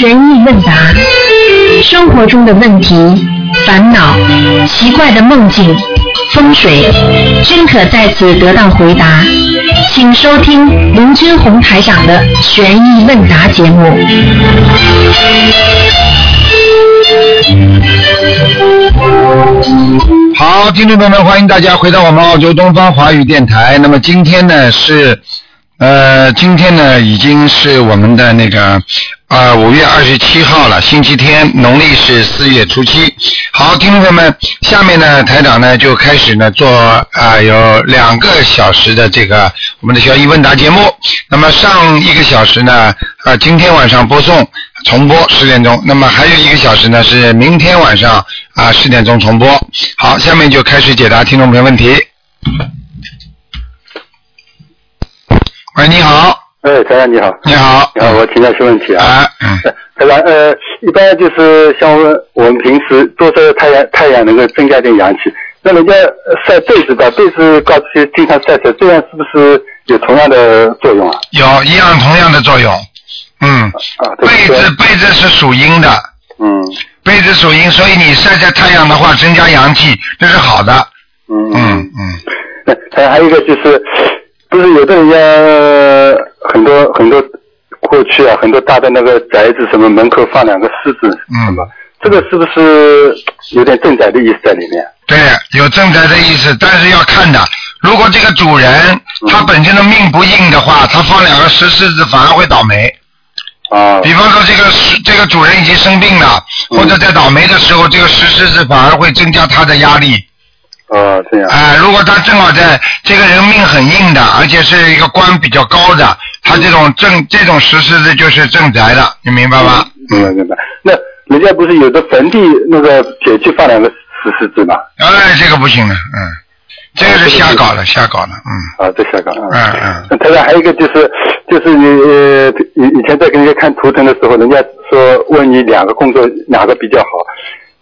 问答，生活中的问题、烦恼、奇怪的梦境、风水，均可在此得到回答。请收听卢军红台长的《悬疑问答》节目。好，听众朋友们，欢迎大家回到我们澳洲东方华语电台。那么今天呢是，呃，今天呢已经是我们的那个啊五、月二十七号了，星期天，农历是四月初七。好，听众朋友们，下面呢台长呢就开始呢做啊、有两个小时的这个我们的悬疑问答节目。那么上一个小时呢，呃，今天晚上播送重播十点钟，那么还有一个小时呢是明天晚上啊十点钟重播。好，下面就开始解答听众朋友问题。喂，你好，哎，台长你好，你好，你好，我请教些问题啊。嗯啊，嗯，台长，呃，一般就是像我我们平时多晒晒太阳，太阳能够增加点阳气。那人家晒被子吧，被子挂出去经常晒晒，这样是不是有同样的作用啊？有一样同样的作用，嗯，啊，对被对子被子是属阴的，嗯被子属阴，所以你晒晒太阳的话，增加阳气，这是好的，嗯嗯。嗯，那还还有一个就是，不是有的人家很多很多过去啊，很多大的那个宅子什么门口放两个狮子什么，嗯这个是不是有点正宅的意思在里面？啊对，有正宅的意思，但是要看的。如果这个主人他本身的命不硬的话，他放两个石狮子反而会倒霉。啊，比方说这个石这个主人已经生病了，嗯或者在倒霉的时候，这个石狮子反而会增加他的压力。哦，这样，哎、如果他正好在这个人命很硬的，而且是一个官比较高的，他这种正这种石狮子就是正宅的，你明白吗？嗯明白明白。那人家不是有的坟地那个铁器放两个石狮子嘛？哎，这个不行的，嗯，这个是瞎搞的，瞎搞的，嗯啊，在香港。嗯嗯，那台长还有一个就是，就是你呃以以前在给人家看图腾的时候，人家说问你两个工作哪个比较好，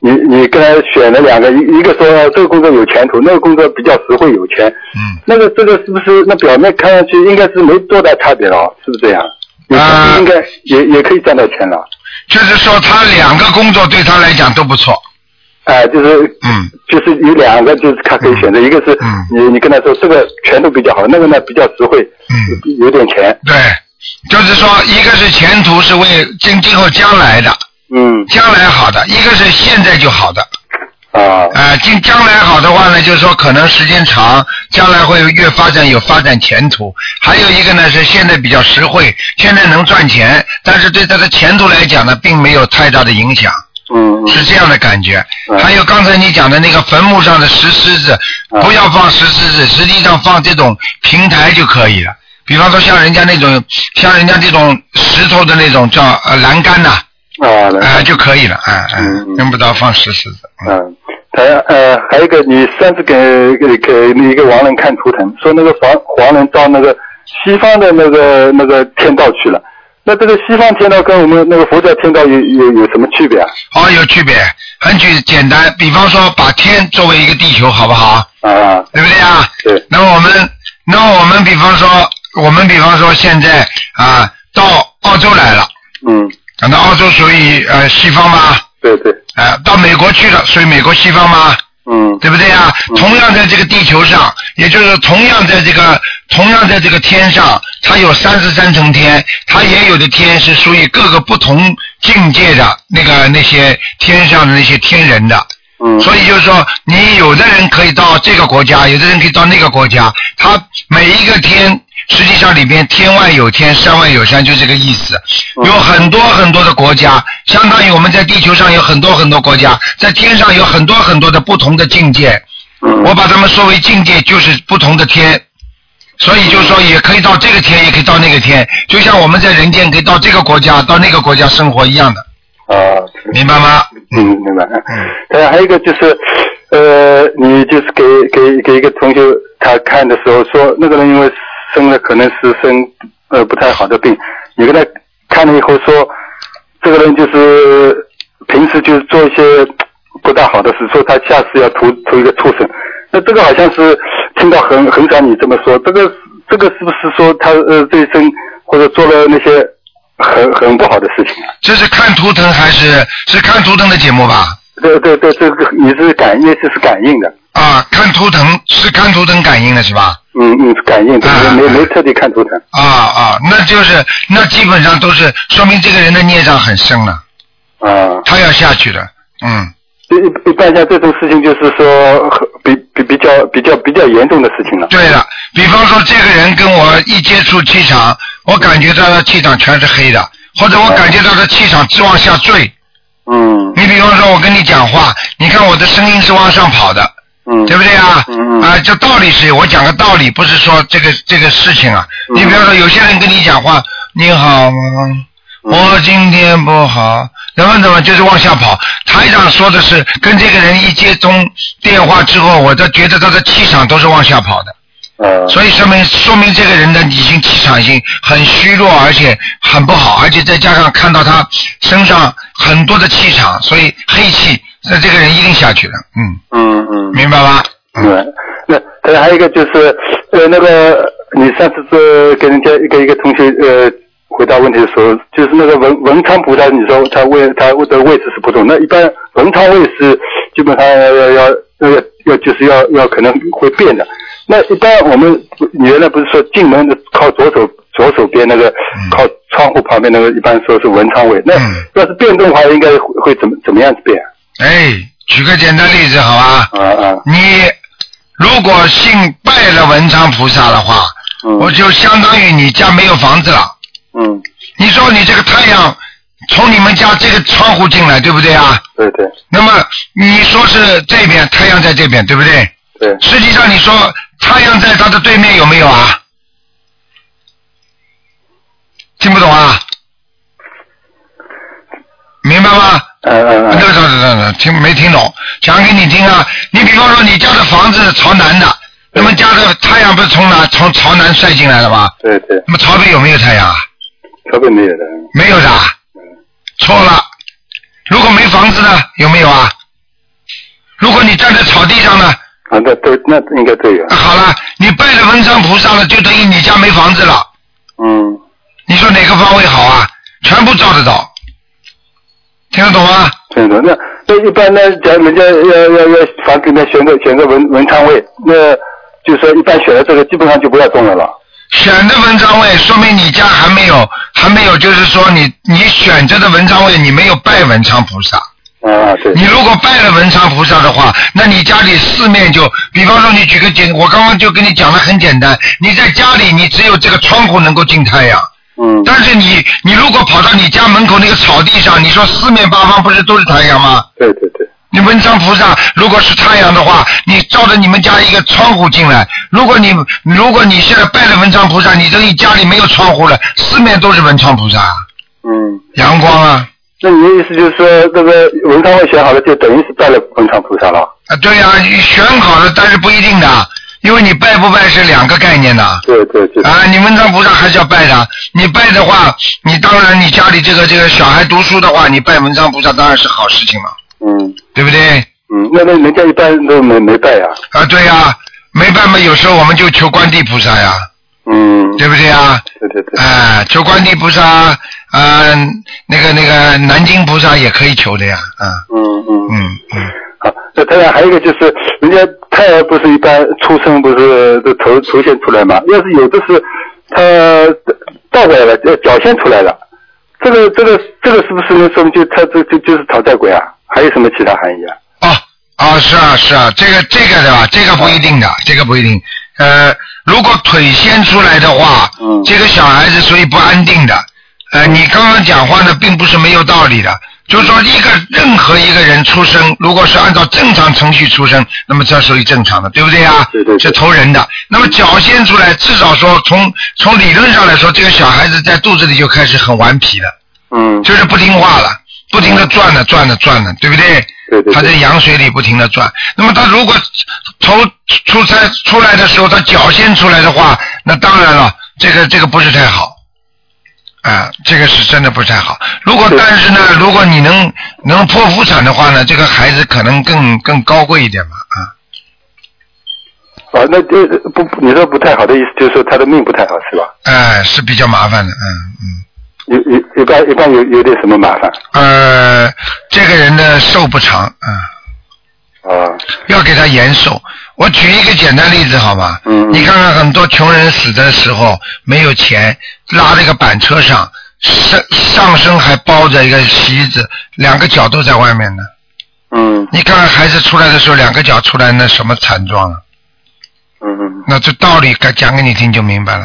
你你跟他选了两个，一一个说这个工作有前途，那个工作比较实惠有钱，嗯。那个这个是不是那表面看上去应该是没多大差别了，是不是这样？有钱啊应该也也可以赚到钱了，就是说他两个工作对他来讲都不错，哎、就是嗯，就是有两个，就是他可以选择，一个是嗯你你跟他说这个拳头比较好，那个呢比较实惠，嗯有点钱，对，就是说一个是前途是为今今后将来的，嗯将来好的，一个是现在就好的，啊，啊，今将来好的话呢，就是说可能时间长，将来会越发展有发展前途。还有一个呢是现在比较实惠，现在能赚钱，但是对他的前途来讲呢，并没有太大的影响，嗯嗯是这样的感觉。嗯还有刚才你讲的那个坟墓上的石狮子，嗯不要放石狮子，实际上放这种平台就可以了。比方说像人家那种，像人家这种石头的那种叫呃栏杆呐、啊，啊、来，就可以了，啊、嗯嗯嗯嗯，用不着放石狮子。嗯嗯，还呃，还有一个，你上次给给给那一个王人看图腾，说那个黄黄人到那个西方的那个那个天道去了，那这个西方天道跟我们那个佛教天道有有有什么区别啊？哦，有区别，很举简单，比方说把天作为一个地球，好不好？啊，对不对啊？对，那么我们，那么我们比方说，我们比方说现在啊，到澳洲来了，嗯，啊那澳洲属于呃西方吧？对对，啊，到美国去了，属于美国西方吗？嗯对不对啊？同样在这个地球上，也就是同样在这个同样在这个天上，它有三十三层天，它也有的天是属于各个不同境界的那个那些天上的那些天人的。嗯，所以就是说，你有的人可以到这个国家，有的人可以到那个国家，他每一个天。实际上里边天外有天，山外有山，就这个意思。有很多很多的国家，相当于我们在地球上有很多很多国家，在天上有很多很多的不同的境界。嗯我把它们说为境界，就是不同的天。所以就说也可以到这个天，也可以到那个天，就像我们在人间可以到这个国家，到那个国家生活一样的，啊，明白吗？嗯，明白。当然还有一个就是，呃，你就是给给给一个同学他看的时候说，那个人因为生了可能是生呃不太好的病，你给他看了以后说，这个人就是平时就是做一些不大好的事，说他下次要图图一个畜生。那这个好像是听到很很少你这么说，这个这个是不是说他呃这一生或者做了那些很很不好的事情。啊这是看图腾还是是看图腾的节目吧？对对对，这个你是感应，这是感应的，啊，看图腾是看图腾感应的是吧？嗯嗯，感应，就是没没特地看图腾。啊啊，那就是那基本上都是说明这个人的孽障很深了，啊，他要下去了。嗯，一一般像这种事情，就是说很比比比较比较比较严重的事情了。对了，比方说这个人跟我一接触气场，我感觉到他气场全是黑的，或者我感觉到他气场直往下坠。嗯你比方说，我跟你讲话，你看我的声音是往上跑的，嗯，对不对啊？嗯嗯啊，这道理是我讲个道理，不是说这个这个事情啊。嗯你比方说，有些人跟你讲话，你好吗？我今天不好，然后怎么就是往下跑？台长说的是跟这个人一接通电话之后，我都觉得他的气场都是往下跑的，呃，所以说明说明这个人的已经气场已经很虚弱，而且很不好，而且再加上看到他身上很多的气场，所以黑气，那这个人一定下去了。嗯，嗯嗯，明白吧？嗯对，那对，还有一个就是，呃，那个你上次是给人家一个一个同学呃回答问题的时候，就是那个文文昌菩萨，你说他位他的位置是不同，那一般文昌位是基本上要要要要要就是要要可能会变的。那一般我们你原来不是说进门的靠左手左手边那个靠窗户旁边那个，一般说是文昌位。那嗯要是变动的话，应该会会怎么怎么样子变？哎，举个简单例子好吧？啊啊，你如果信拜了文昌菩萨的话，嗯我就相当于你家没有房子了。嗯，你说你这个太阳从你们家这个窗户进来，对不对啊？对对那么你说是这边太阳在这边，对不对？对，实际上你说太阳在它的对面有没有啊？听不懂啊？明白吗？嗯嗯等嗯等等等等，听没听懂？讲给你听啊！你比方说你家的房子朝南的，那么家的太阳不是从哪从朝南晒进来的吗？对对。那么朝北有没有太阳啊？特别没有的，没有的啊，错了。如果没房子呢，有没有啊？如果你站在草地上呢，啊，那都那应该都有啊，好了，你拜了文昌菩萨了，就等于你家没房子了。嗯你说哪个方位好啊？全部照得到，听得懂吗？，听懂。那那一般呢，假如人家要要要房子里面选个选个文文昌位，那就说一般选了这个，基本上就不要动了了。选的文章位，说明你家还没有，还没有，就是说你你选择的文章位，你没有拜文昌菩萨。啊，对，你如果拜了文昌菩萨的话，那你家里四面就，比方说你举个简，我刚刚就跟你讲的很简单，你在家里你只有这个窗户能够进太阳，嗯，但是你你如果跑到你家门口那个草地上，你说四面八方不是都是太阳吗？对对对，你文昌菩萨如果是太阳的话，你照着你们家一个窗户进来。如果你如果你现在拜了文昌菩萨，你这一家里没有窗户了，四面都是文昌菩萨，嗯。阳光啊那你的意思就是说，这个文昌位选好了，就等于是拜了文昌菩萨了。啊，对呀、你选好了，但是不一定的，因为你拜不拜是两个概念的。对对对，啊，你文昌菩萨还是要拜的。你拜的话，你当然你家里这个这个小孩读书的话，你拜文昌菩萨当然是好事情嘛，嗯对不对？嗯，那那人家一般都没没拜啊，啊，对呀、没办法，有时候我们就求观地菩萨呀，嗯，对不对啊呀？对对对，哎，求观地菩萨，嗯，那个那个南京菩萨也可以求的呀，啊，嗯嗯嗯嗯，好，那当然还有一个就是，人家胎儿不是一般出生不是都头头先出来嘛？要是有的是他倒过来了，呃脚先出来了，这个这个这个是不是说明就他这就就是讨债鬼啊？还有什么其他含义啊？哦哦，是啊是啊，这个这个的吧，这个不一定的，这个不一定。呃，如果腿先出来的话，嗯这个小孩子属于不安定的。呃，你刚刚讲话呢，并不是没有道理的。就是说，一个任何一个人出生，如果是按照正常程序出生，那么这属于正常的，对不对啊？对对对是投人的。那么脚先出来，至少说从从理论上来说，这个小孩子在肚子里就开始很顽皮了。嗯，就是不听话了，不停的转了转了转了，对不对？对对他在羊水里不停的转。那么他如果头出差出来的时候，他脚先出来的话，那当然了，这个这个不是太好。啊，这个是真的不太好。如果对但是呢，如果你能能剖腹产的话呢，这个孩子可能更更高贵一点嘛，啊，啊，那这啊不你说不太好的意思就是说他的命不太好是吧？哎、是比较麻烦的，嗯嗯。有有一般一般有有点什么麻烦呃，这个人的寿不长，嗯，啊？要给他延寿。我举一个简单例子好吗？嗯嗯你看看很多穷人死的时候没有钱，拉了一个板车上，上上身还包着一个席子，两个脚都在外面呢。嗯你看看孩子出来的时候，两个脚出来那什么惨状啊？嗯嗯那这道理该讲给你听就明白了，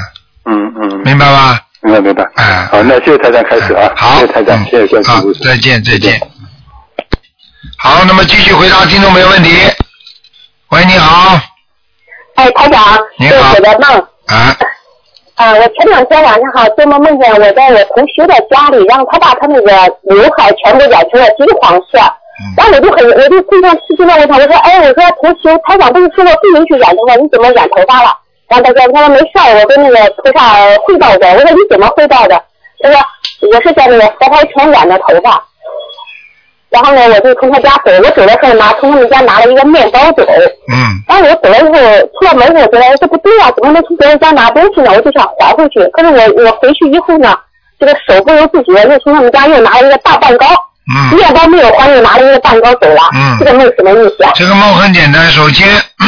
嗯嗯，明白吧？明白明白。哎好，那谢谢台长开始啊，好，谢谢台长嗯，谢谢关好师傅。，再见，再见。好，那么继续回答听众朋友问题。喂，你好，哎，台长，你这好是我的梦啊，啊！我前两天晚上好做梦梦见我在我同学的家里，然后他把他那个刘海全部染成了金黄色，然后我就很我就非常吃惊的问他，我说哎，我说同学，台长不是说过不允许染头发，你怎么染头发了？然后他说他说没事儿，我跟那个菩萨汇报的。我说你怎么汇报的？他说我是在那个佛台前染的头发。然后呢，我就从他家走，我走的时候拿从他们家拿了一个面包走，嗯，当时我走了以后，出了门我觉得这不对啊，怎么能从别人家拿东西呢？我就想还回去，可是我我回去以后呢，这个手不由自主的又从他们家又拿了一个大蛋糕，嗯。面包没有还，又拿了一个蛋糕走了。嗯这个梦什么意思啊？这个梦很简单，首先，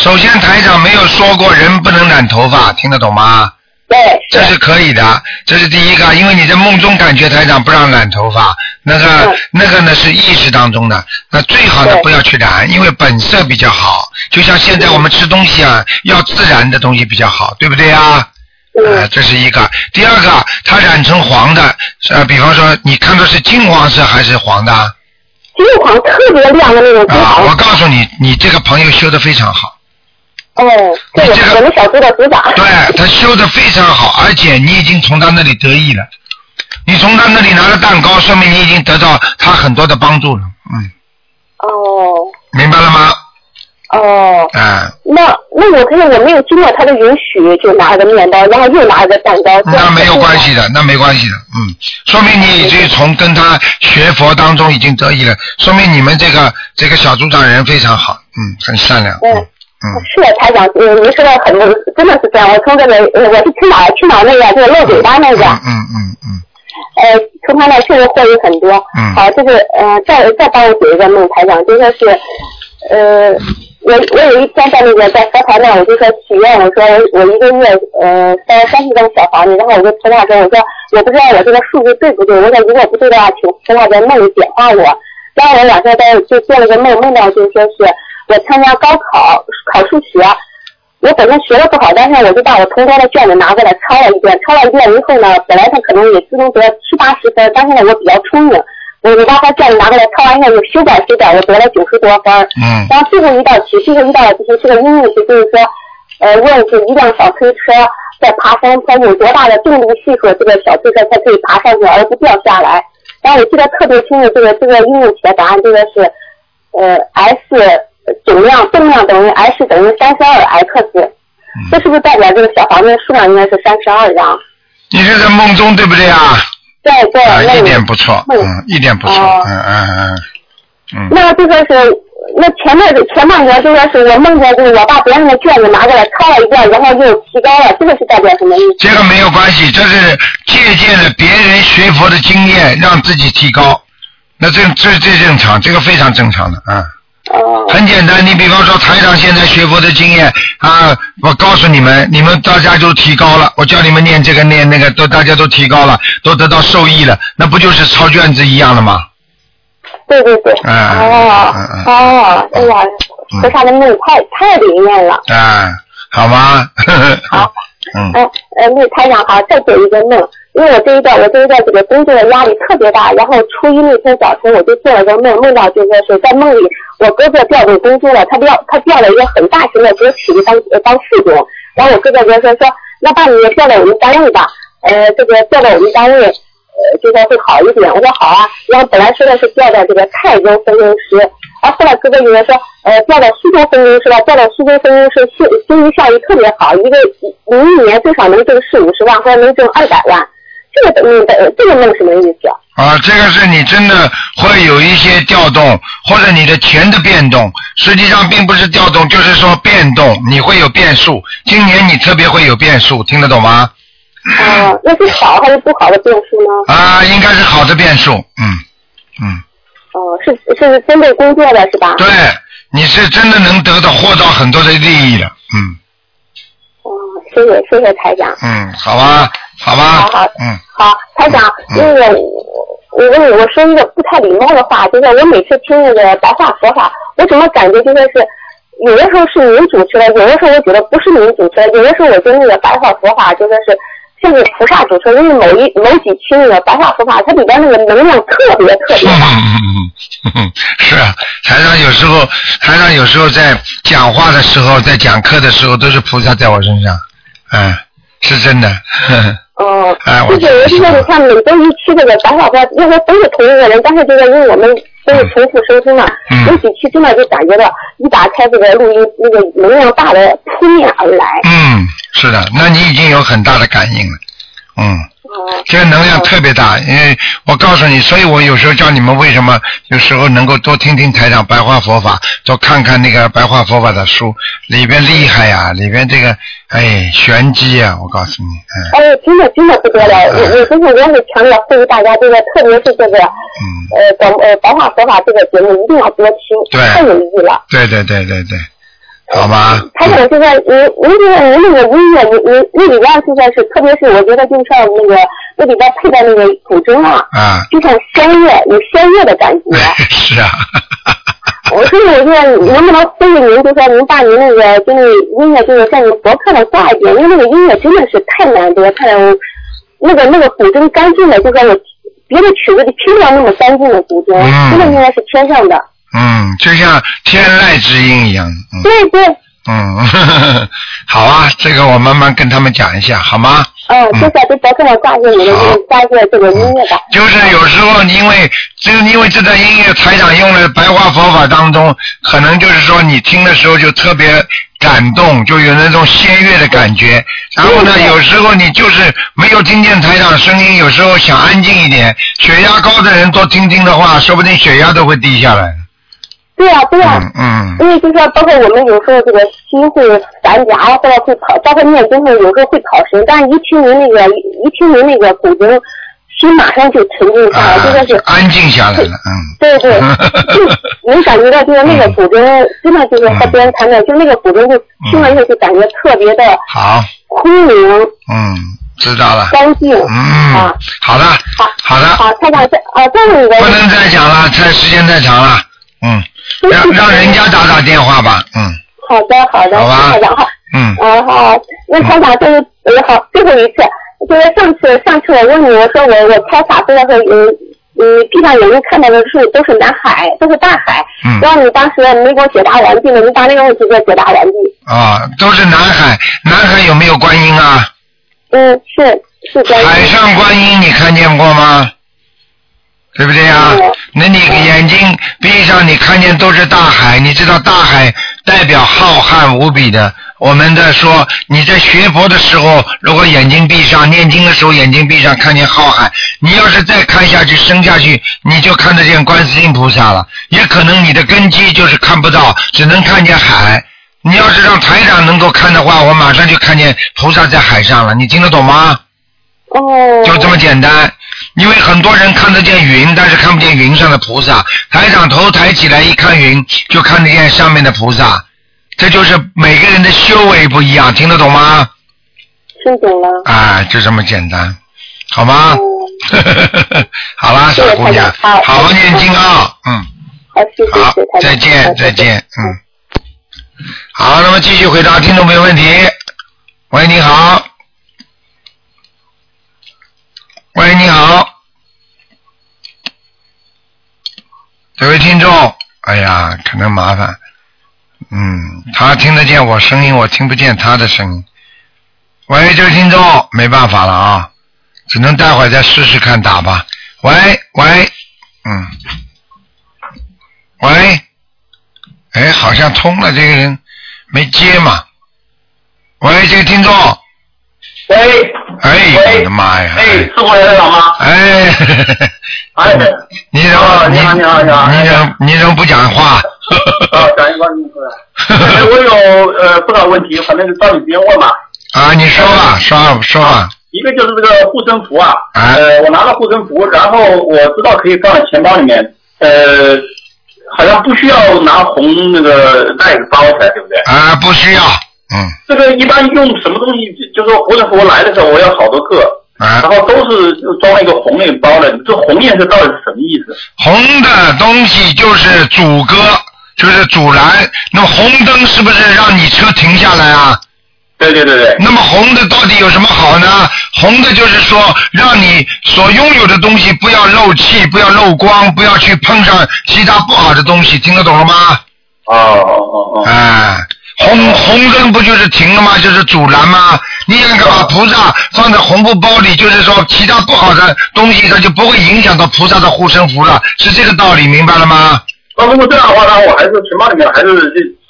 首先台长没有说过人不能染头发，听得懂吗？对，这是可以的，这是第一个，因为你在梦中感觉台长不让染头发，那个嗯那个呢是意识当中的，那最好呢对不要去染，因为本色比较好。就像现在我们吃东西啊，要自然的东西比较好，对不对啊？呃，嗯这是一个。第二个，它染成黄的，呃，比方说你看到是金黄色还是黄的啊？金黄特别亮的那种金啊，黄。我告诉你，你这个朋友修的非常好。哦，这你个这个我们小组的组长。对他修的非常好，而且你已经从他那里得益了。你从他那里拿了蛋糕，说明你已经得到他很多的帮助了。嗯，哦明白了吗？哦，哎、那那我可是我没有经过他的允许就拿了个面包，然后又拿了个蛋糕。这那样没有是关系的，那没关系的。嗯，说明你已经从跟他学佛当中已经得益了，说明你们这个这个小组长人非常好，嗯，很善良。对嗯嗯，是的，台长，嗯，您说的很对，真的是这样。我从这个，呃我是青岛，青岛那个就是露嘴巴那个，嗯嗯嗯嗯，呃，从他那确实获益很多。嗯好、就是呃，再再帮我解一个梦，台长，就说是，呃，我我有一天在那个在佛台那，我就说许愿，我说我一个月呃烧三十栋小房子，然后我就菩萨说，我说我不知道我这个数字对不对，我说如果不对的话，请菩萨在梦里点化我。然后我晚上在就做了个梦，梦到就说是我参加高考考数学，我本身学的不好，但是我就把我同桌的卷子拿过来抄了一遍，抄了一遍以后呢，本来他可能也最终得七八十分，但是呢我比较聪明，我我把他卷子拿过来抄完以后，我修改修改，我得了九十多分儿。嗯然后最后一道题，最后一道题是个英语题，就是说，呃，问是一辆小推车在爬山坡有多大的动力系数，这个小推车才可以爬上去而不掉下来。然后我记得特别清楚，这个这个英语题的答案这个是，呃，S 总量动量等于 S 等于三十二 x，这嗯是不是代表这个小房子的数量应该是三十二张？你是在梦中对不对啊？对对，啊，那一你点不错，梦嗯，一点不错，哦嗯嗯嗯嗯。那就说是，那前面前半段就说是我梦见就是我把别人的卷子拿过来抄了一遍，然后又提高了，这个是代表什么意思？这个没有关系，这是借鉴了别人学佛的经验，让自己提高。那这这这正常，这个非常正常的啊，哦很简单。你比方说台长现在学佛的经验啊，我告诉你们，你们大家都提高了，我叫你们念这个念那个，都大家都提高了，都得到受益了，那不就是抄卷子一样了吗？对对对，嗯哦嗯嗯哦，哎嗯呀，菩萨的梦太太灵验了。啊，好吗？好， 嗯哎呃，那台长好，再做一个梦，因为我这一段我这一段这个工作的压力特别大，然后初一那天早晨我就做了个梦，梦到就说是在梦里我哥哥调动工作了，他调他调了一个很大型的国企当呃当副总，然后我哥哥就说说，那把你也调到我们单位吧，呃，这个调到我们单位，呃，就说会好一点。我说好啊，然后本来说的是调到这个泰州分公司，然后后来哥哥就说呃，调到苏州分公司吧，调到苏州分公司薪经济效益特别好，一个零一年最少能挣四五十万，后来能挣二百万。这个梦的这个梦什么意思啊？啊，这个是你真的会有一些调动，或者你的钱的变动，实际上并不是调动，就是说变动，你会有变数。今年你特别会有变数，听得懂吗？啊、那是好还是不好的变数呢？啊，应该是好的变数，嗯嗯，哦、是是针对工作的是吧？对，你是真的能得到获到很多的利益了，嗯哦、谢谢谢谢台长。嗯，好吧，好吧，好好嗯好，台长，嗯那个我我问你，我说一个不太礼貌的话，就是我每次听那个白话佛法，我怎么感觉就说是有的时候是您主持的，有的时候我觉得不是您主持的，有的时候我觉得那个白话佛法就说是像是菩萨主持的，因为某一某几期那个白话佛法，它里边那个能量特别特别嗯大。嗯嗯嗯嗯， 是啊，台上有时候，台上有时候在讲话的时候，在讲课的时候，都是菩萨在我身上，嗯，是真的，呵呵哦、哎我就是有的时候你看每周一期这个白话佛，要说都是同一个人，但是这个因为我们都是重复收听嘛，嗯有几期真的就感觉到一打开这个录音，那个能量大的扑面而来。嗯，是的，那你已经有很大的感应了，嗯。哦、这个能量特别大，因为我告诉你，所以我有时候叫你们为什么有时候能够多听听台长白话佛法，多看看那个白话佛法的书，里边厉害呀、里边这个哎玄机呀、我告诉你，嗯哎，真的真的不得了，我我就是我也强烈呼吁大家，这个特别是这个嗯，呃广呃白话佛法这个节目一定要多听，对太有意义了。对对对对对，好吧，台长，现在您您觉得您那个音乐，您您那里边现在是，特别是我觉得就是像那个那里边配的那个古筝啊，啊，就像仙乐，有仙乐的感觉。 是啊，我所以我现在能不能呼吁您，就说您把您那个就是音乐，就是在您博客上挂一点，因为那个音乐真的是太难得，太那个那个古筝干净的，就说我别的曲子里听不到那么干净的古筝，嗯真的应该是天上的。嗯，就像天籁之音一样，嗯对对，哦嗯 呵呵呵，好啊，这个我慢慢跟他们讲一下，好吗？嗯，就在这博客上挂一些你的这个挂一些这个音乐吧。就是有时候因为就是因为这段音乐台长用了白话佛法当中，可能就是说你听的时候就特别感动，就有那种仙乐的感觉。然后呢，有时候你就是没有听见台长声音，有时候想安静一点，血压高的人多听听的话，说不定血压都会低下来。对呀、对呀、啊嗯嗯因为就说，包括我们有时候这个心会散夹，或者会跑，包括念经会有时候会跑神，但是一听您那个，一听您那个古筝，心马上就沉静下来，啊这 个是，安静下来了，嗯。对对，嗯就能感觉到就是那个古筝，真的就是和别人谈的，就那个古筝就听了以后就感觉特别的好，空灵嗯，知道了，干净。嗯啊，好的，好，好的，好，太长再啊，再问一个不，能再讲了，太时间太长了，嗯。让让人家打打电话吧，嗯好的好的，好吧太长好。嗯，啊好，那台长就是呃好，最后一次，就是上次上次我问你，我说我我开法会的时候，嗯嗯，地上有人看到的树都是南海，都是大海，嗯然后你当时没给我解答完毕呢，你把那个问题给我解答完毕。啊，都是南海，南海有没有观音啊？嗯，是是这样。海上观音你看见过吗？对不对呀、嗯那你眼睛闭上，你看见都是大海，你知道大海代表浩瀚无比的。我们在说你在学佛的时候，如果眼睛闭上，念经的时候眼睛闭上，看见浩瀚。你要是再看下去，升下去，你就看得见观世音菩萨了。也可能你的根基就是看不到，只能看见海。你要是让台长能够看的话，我马上就看见菩萨在海上了。你听得懂吗？哦。就这么简单。因为很多人看得见云，但是看不见云上的菩萨。台长头抬起来一看云，就看得见上面的菩萨。这就是每个人的修为不一样，听得懂吗？听懂了。啊，就这么简单，好吗？ 哦好啦，谢傻谢姑娘，台长好好好念经啊，嗯，好，谢谢好谢谢台，长。再好见，再。谢谢见，嗯。好，那么继续回答听众朋友问题。喂，你好。喂，你好。这位听众，哎呀，可能麻烦。嗯，他听得见我声音，我听不见他的声音。喂，这位听众，没办法了啊，只能待会儿再试试看打吧。喂喂，嗯，喂，哎，好像通了，这个人没接嘛。喂，这个听众，喂，哎，我喂的妈呀，哎，是郭台长吗？哎， 哎，你怎么哦你好你好你好你怎么你怎么不讲话？ 啊，感谢关心出来。哎我有呃不少问题，反正到你直接问嘛。啊，你说吧，说吧，说吧，一个就是这个护身符啊，啊呃，我拿了护身符，然后我知道可以放在钱包里面，呃，好像不需要拿红那个袋子包起来，对不对？啊，不需要，嗯这个一般用什么东西？就是说护身符来的时候，我有好多个，然啊，后都是装了一个红那个包的，这红颜色到底是什么意思？红的东西就是阻隔，就是阻拦。那么红灯是不是让你车停下来啊？对对对对，那么红的到底有什么好呢？红的就是说，让你所拥有的东西不要漏气，不要漏光，不要去碰上其他不好的东西，听得懂了吗？哦哦哦哦，哎，红红灯不就是停了吗？就是阻拦吗？你想想把菩萨放在红布包里，就是说其他不好的东西，它就不会影响到菩萨的护身符了，是这个道理，明白了吗？那如果这样的话呢，我还是钱包里面还是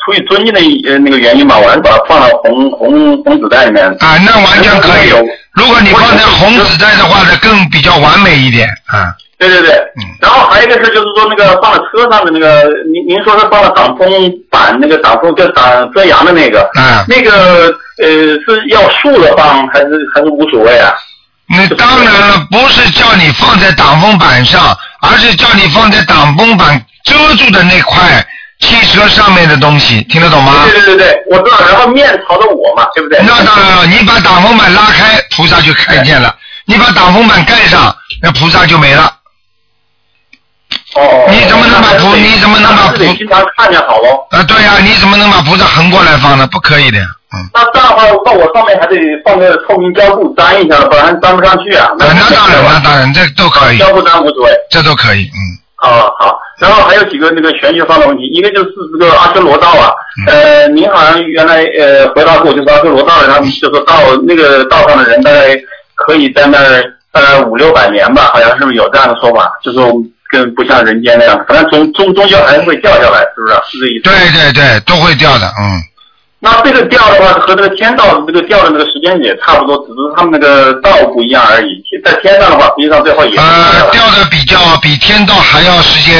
出于尊敬的呃那个原因吧，我还是把它放到红红红纸袋里面。啊，那完全可以。如果你放在红纸袋的话呢，更比较完美一点啊。对对对，然后还有一个事就是说那个放在车上的那个，您您说是放了挡风板那个挡风就挡遮阳的那个，嗯那个呃是要竖着放还是还是无所谓啊？那当然了，不是叫你放在挡风板上，而是叫你放在挡风板遮住的那块汽车上面的东西，听得懂吗？对对对对，我知道，然后面朝着我嘛，对不对？那当然了，你把挡风板拉开，菩萨就看见了；你把挡风板盖上，那菩萨就没了。哦，你怎么能把菩那你怎么能把自己菩平常看见好喽？啊，对呀、你怎么能把菩萨横过来放呢？不可以的，嗯。那这样的话，那我上面还得放个透明胶布粘一下，不然粘不上去啊。啊，那当然，那了，当然，这都可以，胶布粘无所谓。这都可以，嗯。哦，好。然后还有几个那个玄学方面的问题，一个就是这个阿修罗道啊，嗯呃，您好像原来呃回答过，就是阿修罗道，然后就说到那个道上的人大概可以在那儿呃五六百年吧，好像是不是有这样的说法？就是我们跟不像人间那样，反正终终终究还是会掉下来，是不是？啊是这意思？对对对，都会掉的，嗯。那这个掉的话，和这个天道这个掉的那个时间也差不多，只是他们那个道不一样而已。在天上的话，实际上最后也是呃，掉掉的比较比天道还要时间，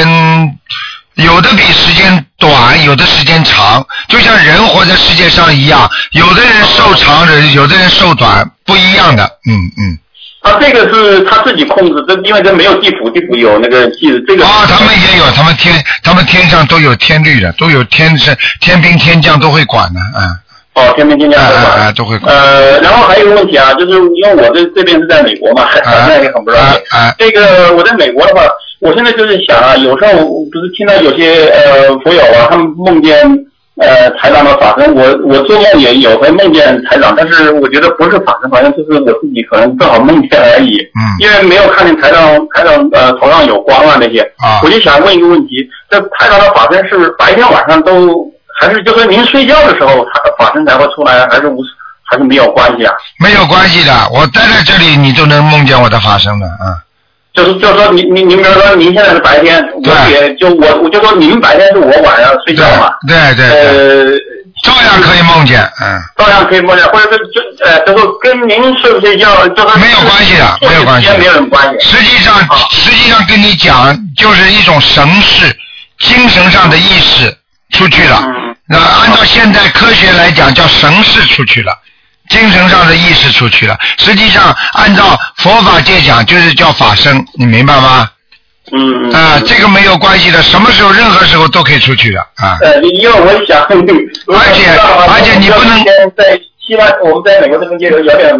有的比时间短，有的时间长，就像人活在世界上一样，有的人寿长，人有的人寿短，不一样的，嗯嗯。他啊这个是他自己控制，这因为这没有地府，地府有那个地这个。啊，他们也有，他们天，他们天上都有天律的，都有天是天兵天将都会管的，啊哦，天兵天啊将啊管。啊，都会管，呃，然后还有一个问题啊，就是因为我这这边是在美国嘛，还啊现在也很不容易。啊啊这个我在美国的话，我现在就是想啊，有时候我不是听到有些呃佛友啊，他们梦见呃台长的法身，我我做梦也有回梦见台长，但是我觉得不是法身，好像就是我自己可能正好梦见而已。嗯因为没有看见台长台长呃头上有光啊那些，啊我就想问一个问题，这台长的法身是白天晚上都还是就是您睡觉的时候，他法身才会出来，还是无还是没有关系啊？没有关系的，我待在这里，你都能梦见我的发生的，啊。就是就是说您您您比如说您现在是白天，对我也就我我就说您白天是我晚上睡对觉嘛，对对对，呃，照样可以梦见，嗯。照样可以摸见，或者是就呃就是跟您睡不睡觉就是没有关系的没有关系的没有什么关系。实际上啊，实际上跟你讲，就是一种神识，精神上的意识出去了嗯。那按照现代科学来讲，叫神识出去了，精神上的意识出去了。实际上，按照佛法界讲，就是叫法身，你明白吗？嗯嗯啊，嗯这个没有关系的，什么时候、任何时候都可以出去的啊。呃，因为我想， 而且而且你不能在希腊，我们在美国这边也有点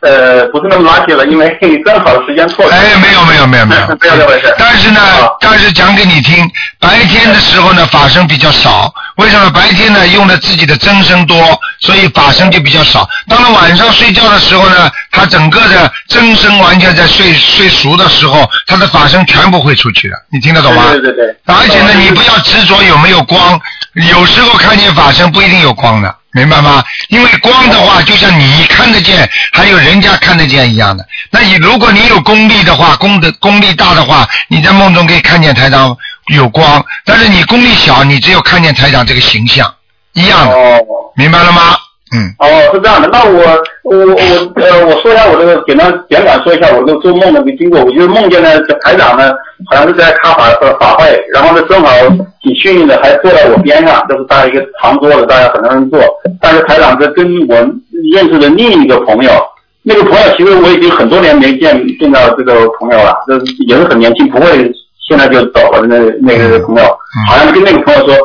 呃不是那么 lucky 了，因为正好时间错了。哎，没有没有没有没 有，没有这回事但是呢啊，但是讲给你听，白天的时候呢，法身比较少。为什么白天呢用的自己的真身多，所以法身就比较少。到了晚上睡觉的时候呢，他整个的真身完全在睡睡熟的时候，他的法身全部会出去的。你听得懂吗？对对对对。而且呢，你不要执着有没有光，有时候看见法身不一定有光的，明白吗？因为光的话，就像你看得见，还有人家看得见一样的。那你如果你有功力的话，功的功力大的话，你在梦中可以看见台长有光；但是你功力小，你只有看见台长这个形象一样的，哦明白了吗？嗯，哦，是这样的。那我我我呃，我说一下我这个简单简短说一下我这个做梦的这个经过。我就是梦见呢，这台长呢好像是在开法呃法会，然后呢正好挺幸运的，还坐在我边上，这是大家一个长桌子，大家很多人坐。但是台长这跟我认识的另一个朋友，那个朋友其实我已经很多年没见见到这个朋友了，就是也是很年轻，不会现在就走了那那个朋友，好像跟那个朋友说，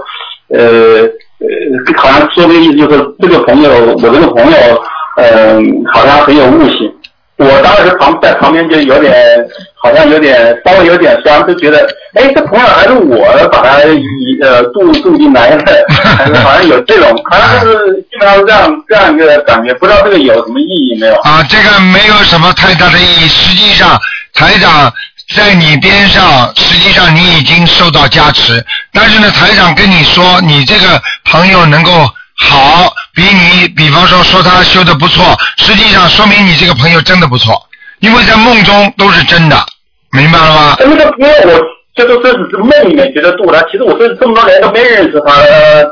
呃呃，好像说的意思就是这个朋友，我这个朋友，呃，好像很有悟性。我当时旁在旁边就有点，好像有点稍微有点酸，就觉得，哎，这朋友还是我把他以呃渡渡进来的，还是好像有这种，好像就是基本上是这样这样一个感觉，不知道这个有什么意义没有？ 啊，这个没有什么太大的意义。实际上，台长在你边上，实际上你已经受到加持。但是呢，台长跟你说，你这个朋友能够好，比你比方说说他修的不错，实际上说明你这个朋友真的不错，因为在梦中都是真的，明白了吗？那个因为我就是这只是梦里面觉得渡他，其实我这这么多年都没认识他，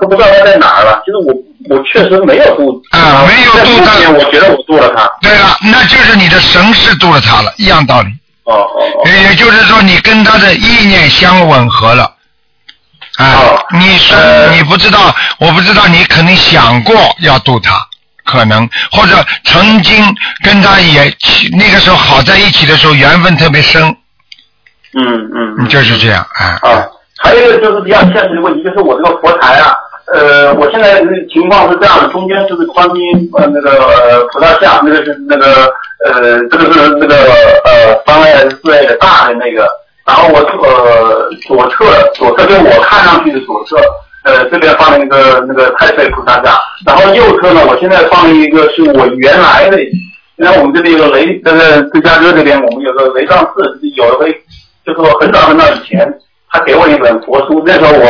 都不知道他在哪儿了。其实我我确实没有渡啊没有渡他呃在梦里面我觉得我渡了他。对了，那就是你的神识度了他了，一样道理。哦哦哦。也也就是说，你跟他的意念相吻合了。哎哦，你说你不知道，我不知道，你肯定想过要渡他，可能或者曾经跟他也那个时候好在一起的时候，缘分特别深，嗯嗯。嗯就是这样哎。啊，还有一个就是比较现实的问题，就是我这个佛台啊，呃，我现在那个情况是这样的，中间就是观音呃那个呃菩萨像，那个是那个呃这个是那个呃方位四位的大的那个，然后我呃左侧左侧就我看上去的左侧。呃，这边放了一个那个太岁菩萨像，然后右侧呢，我现在放了一个是我原来的，现在我们这里有个雷，那个芝加哥这边我们有个雷藏寺，有一回就是我很早很早以前，他给我一本佛书，那时候我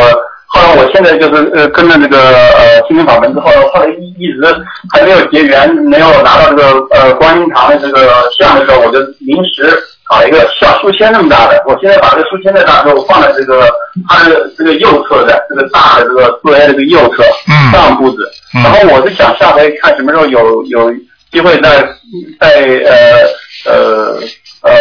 后来我现在就是呃跟着那个呃心灵法门之后，后来一一直还没有结缘，没有拿到这个呃观音堂的这个像的时候，我就临时搞一个小书签那么大的，我现在把这个书签再大之后放在这个它的这个右侧的这个大的这个四 A 的这个右侧嗯上部子，嗯然后我是想下回看什么时候有有机会再再呃呃呃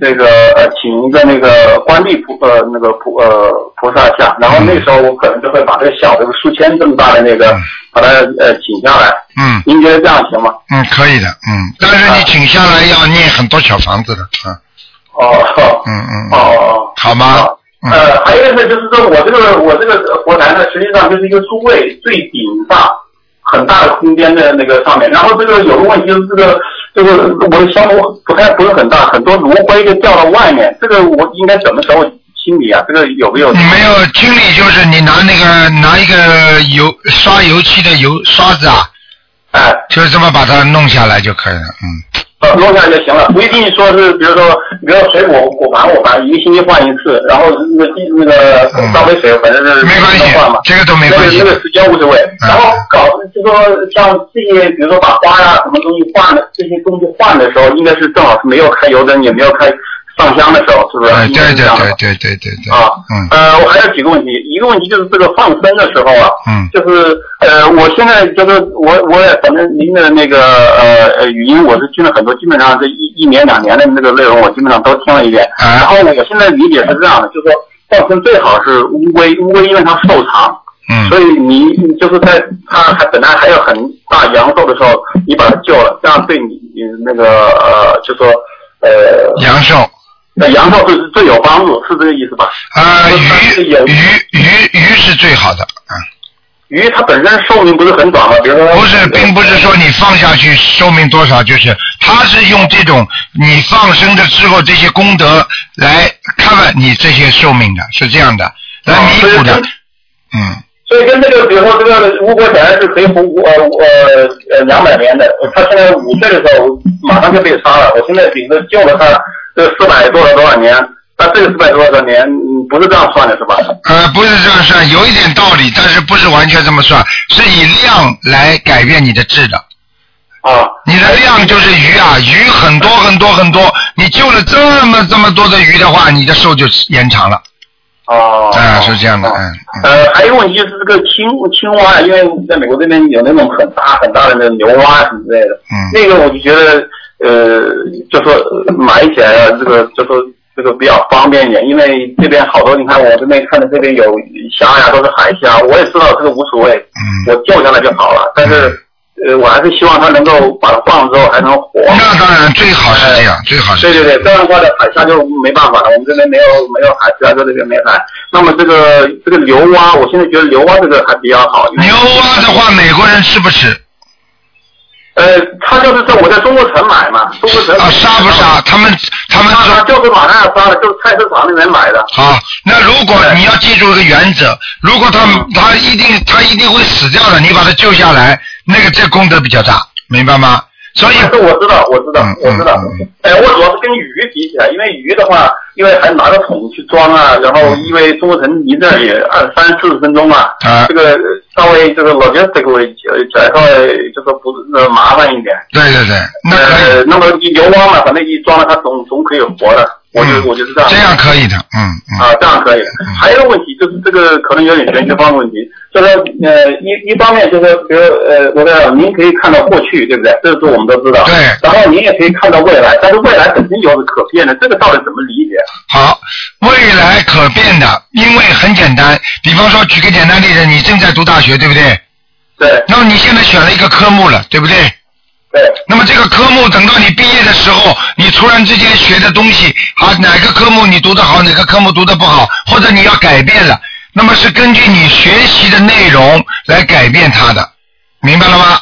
这个呃请一个那个观地菩呃那个菩呃菩萨像，然后那时候我可能就会把这个小的书签这么大的那个把它呃请下来，嗯您觉得这样行吗？嗯，可以的，嗯，但是你请下来要念很多小房子的，嗯哦哦 嗯嗯嗯，哦哦。好吗？嗯呃，还有一个就是说，我这个我这个佛台呢，实际上就是一个书柜最顶上很大的空间的那个上面。然后这个有个问题就是这个这个我的香炉不太不是很大，很多炉灰就掉到外面，这个我应该怎么时候清理啊？这个有没有？你没有清理，就是你拿那个拿一个油刷油漆的油刷子啊，哎，就这么把它弄下来就可以了。嗯，呃弄下来就行了，不一定说是，比如说，比如说水果果盘，我盘一个星期换一次，然后那个那个嗯烧杯水，反正是没关系都换嘛，。这个都没那关个系啊嗯那。个时间无所谓。然后搞就说像这些，比如说把花呀、什么东西换的这些东西换的时候，应该是正好是没有开油灯，也没有开上香的时候，是不是？哎，应该对是这对样的对对对对对。啊，嗯呃，我还有几个问题，一个问题就是这个放生的时候啊，嗯就是呃，我现在就是我我也反正您的那个呃呃语音我是听了很多，基本上这一一年两年的那个内容我基本上都听了一遍。啊然后我现在理解是这样的，就是说放生最好是乌龟，乌龟因为它寿长，嗯所以你就是在它还本来还有很大阳寿的时候，你把它救了，这样对你你那个呃，就说呃，阳寿那阳寿是最有帮助，是这个意思吧？啊，不是但鱼是有鱼鱼鱼是最好的。嗯，鱼它本身寿命不是很短嘛，比如说不是，并不是说你放下去寿命多少，就是它是用这种你放生的之后这些功德来 cover 你这些寿命的，是这样的，来弥补的哦。嗯，所以跟这个，比如说这个吴国本来是可以活呃呃呃两百年的，他现在五岁的时候马上就被杀了。我现在比如说救了他这四百多少多少年，那这个四百多少年嗯不是这样算的是吧？呃，不是这样算，有一点道理，但是不是完全这么算，是以量来改变你的质的。啊，你的量就是鱼啊，鱼很多很多很多，你救了这么这么多的鱼的话，你的寿就延长了。哦，啊，是这样的，哦嗯嗯呃，还有一个问题就是这个青青蛙，因为在美国这边有那种很大很大的那个牛蛙什么之类的，嗯那个我就觉得，呃，就说呃买起来啊，这个就说这个比较方便一点，因为这边好多，你看我这边看到这边有虾呀，都是海虾，我也知道这个无所谓，嗯我救下来就好了。但是呃，我还是希望他能够把它放了之后还能活。那当然最好是这样，最好是啊这对对样。对，这样的话的海下就没办法了，我们这边没有没有海，加州这边没海。那么这个这个牛蛙，我现在觉得牛蛙这个还比较好。因为牛蛙的话，美国人吃不啊吃？呃，他就是在我在中国城买嘛，中国城啊，杀不杀？他们他们他说就是马上要杀了，就是菜市场里面买的。好，那如果你要记住一个原则，如果他他一定他一定会死掉的，你把他救下来，那个这功德比较大，明白吗？所以但是我知道，我知道嗯，我知道嗯嗯。哎，我主要是跟鱼比起来，因为鱼的话，因为还拿着桶去装啊，然后嗯因为中国城离这儿也二三四十分钟啊，啊这个稍微这个 logistic 会呃稍微就说不是呃麻烦一点。对对对，那可以，呃，那么油汪嘛，反正一装了，它总总可以活的。我就、嗯我就是这样。这样可以的，嗯嗯。啊，这样可以。还有一个问题就是这个可能有点玄学方面问题，就是呃一一方面就是比如呃，我的您可以看到过去，对不对？这是我们都知道。对然后您也可以看到未来，但是未来本身又是可变的，这个到底怎么理解？好，未来可变的，因为很简单。比方说，举个简单例子，你正在读大学，对不对？对那么你现在选了一个科目了，对不对？对那么这个科目等到你毕业的时候，你突然之间学的东西啊，哪个科目你读得好，哪个科目读得不好，或者你要改变了，那么是根据你学习的内容来改变它的，明白了吗？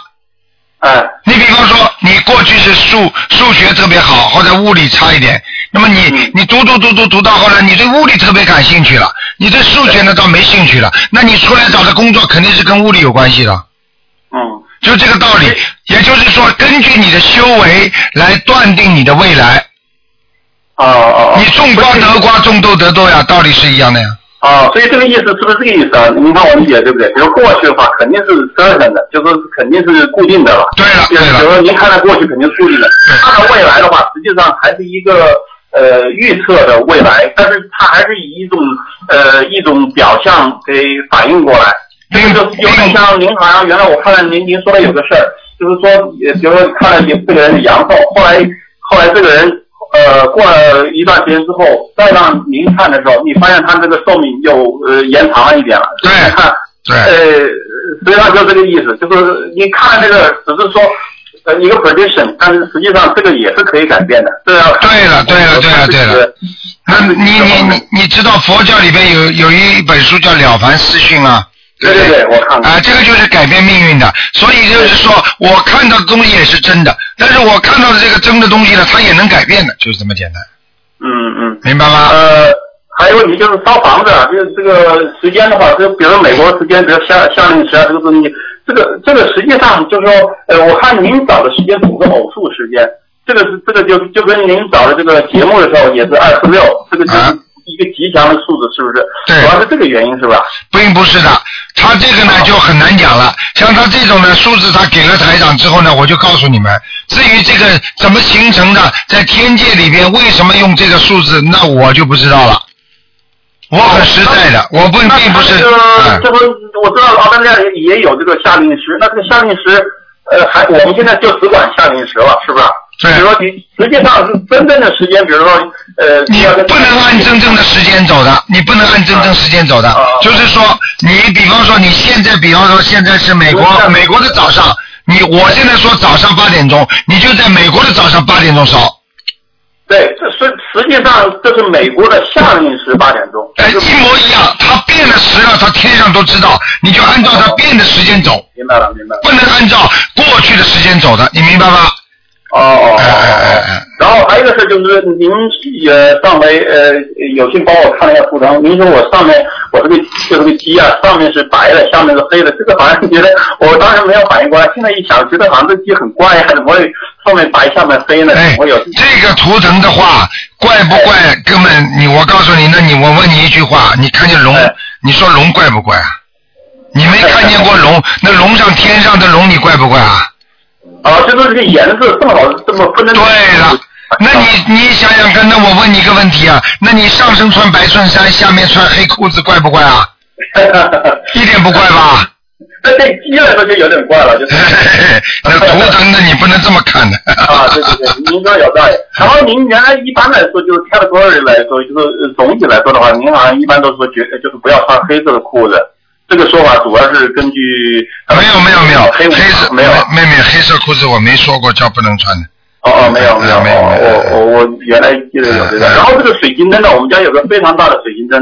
哎、你比方说，你过去是数数学特别好，或者物理差一点，那么你嗯你读读读读读到后来，你对物理特别感兴趣了，你对数学呢倒没兴趣了，那你出来找的工作肯定是跟物理有关系的。嗯，就这个道理，也就是说，根据你的修为来断定你的未来。哦哦哦。你种瓜得瓜，种豆得豆呀，道理是一样的呀。啊，所以这个意思是不是这个意思啊？您看我理解对不对？比如过去的话，肯定是 certain 的，就是肯定是固定的了。对了比如对了比如说您看到过去肯定是固定的，看到未来的话，实际上还是一个呃预测的未来，但是它还是以一种呃一种表象给反映过来。这并个就有点像您好像原来我看到您您说的有个事儿，就是说，呃比如说看到这个人是阳后，后来后来这个人呃过了一段时间之后，再让您看的时候，你发现他这个寿命又呃延长了一点了。对就是看呃对，，实际上就这个意思，就是你看了这个只是说呃一个 prediction，但是实际上这个也是可以改变的。这要看对了对了对了对了。那看自你己的你方面你你知道佛教里边有有一本书叫《了凡四训》啊，对不对对，我看过。啊，这个就是改变命运的。所以就是说，我看到的东西也是真的，但是我看到的这个真的东西呢，它也能改变的，就是这么简单，嗯嗯。明白吗？呃，还有问题就是烧房子，啊，就是这个时间的话，就比如美国时间，比如夏夏令时啊，这个东西，这个这个实际上就是说，呃，我看您找的时间总是偶数时间，这个是这个就就跟您找的这个节目的时候也是二四六，这个就是啊一个吉祥的数字，是不是？对主要是这个原因是吧？并不是的，他这个哦呢就很难讲了。像他这种呢数字，他给了台长之后呢，我就告诉你们。至于这个怎么形成的，在天界里边为什么用这个数字，那我就不知道了。我很实在的，我不哦那并不他是。这个嗯这个我知道澳大利亚也也有这个夏令时，那这个夏令时，呃，还我们现在就只管夏令时了，是吧？对比如说你实际上是真正的时间，比如说呃，你要跟不能按真正的时间走的，你不能按真正时间走的啊，就是说，你比方说你现在，比方说现在是美我知国道美国的早上，你我现在说早上八点钟，你就在美国的早上八点钟烧，对，这是实际上这是美国的夏令时八点钟，哎，一模一样，它变了时了，它天上都知道，你就按照它变的时间走，明白了，明白了。不能按照过去的时间走的，你明白吗？哦哦哦哎哎哦。哎哦哎，然后还有一个事就是您也上回呃有幸帮我看了一下图腾，您说我上面我这个这个鸡啊，上面是白的，下面是黑的，这个好像觉得我当时没有反应过来，现在一想觉得好像这鸡很怪呀、怎么会上面白下面黑呢？哎我有，这个图腾的话，怪不怪？根本你，我告诉你，那你我问你一句话，你看见龙哎，你说龙怪不怪啊？你没看见过龙，那龙上天上的龙，你怪不怪啊？啊，就是这个颜色正好是这么分的。对 了，那你你想想看，那我问你一个问题啊，那你上身穿白衬衫，下面穿黑裤子，怪不怪啊？一点不怪吧？ 那对鸡来说就有点怪了，就是。那图腾的你不能这么看的。啊，对对对，您说有道理。然后您原来一般来说就是 category 来说，就是呃总体来说的话，您好像一般都说绝就是不要穿黑色的裤子，这个说法主要是根据没有没有没有，黑黑色色没有没没有黑色裤子我没说过叫不能穿的，哦哦，没有没有没有哦没有我我我原来记得有这个。嗯嗯嗯然后这个水晶灯呢，我们家有个非常大的水晶灯，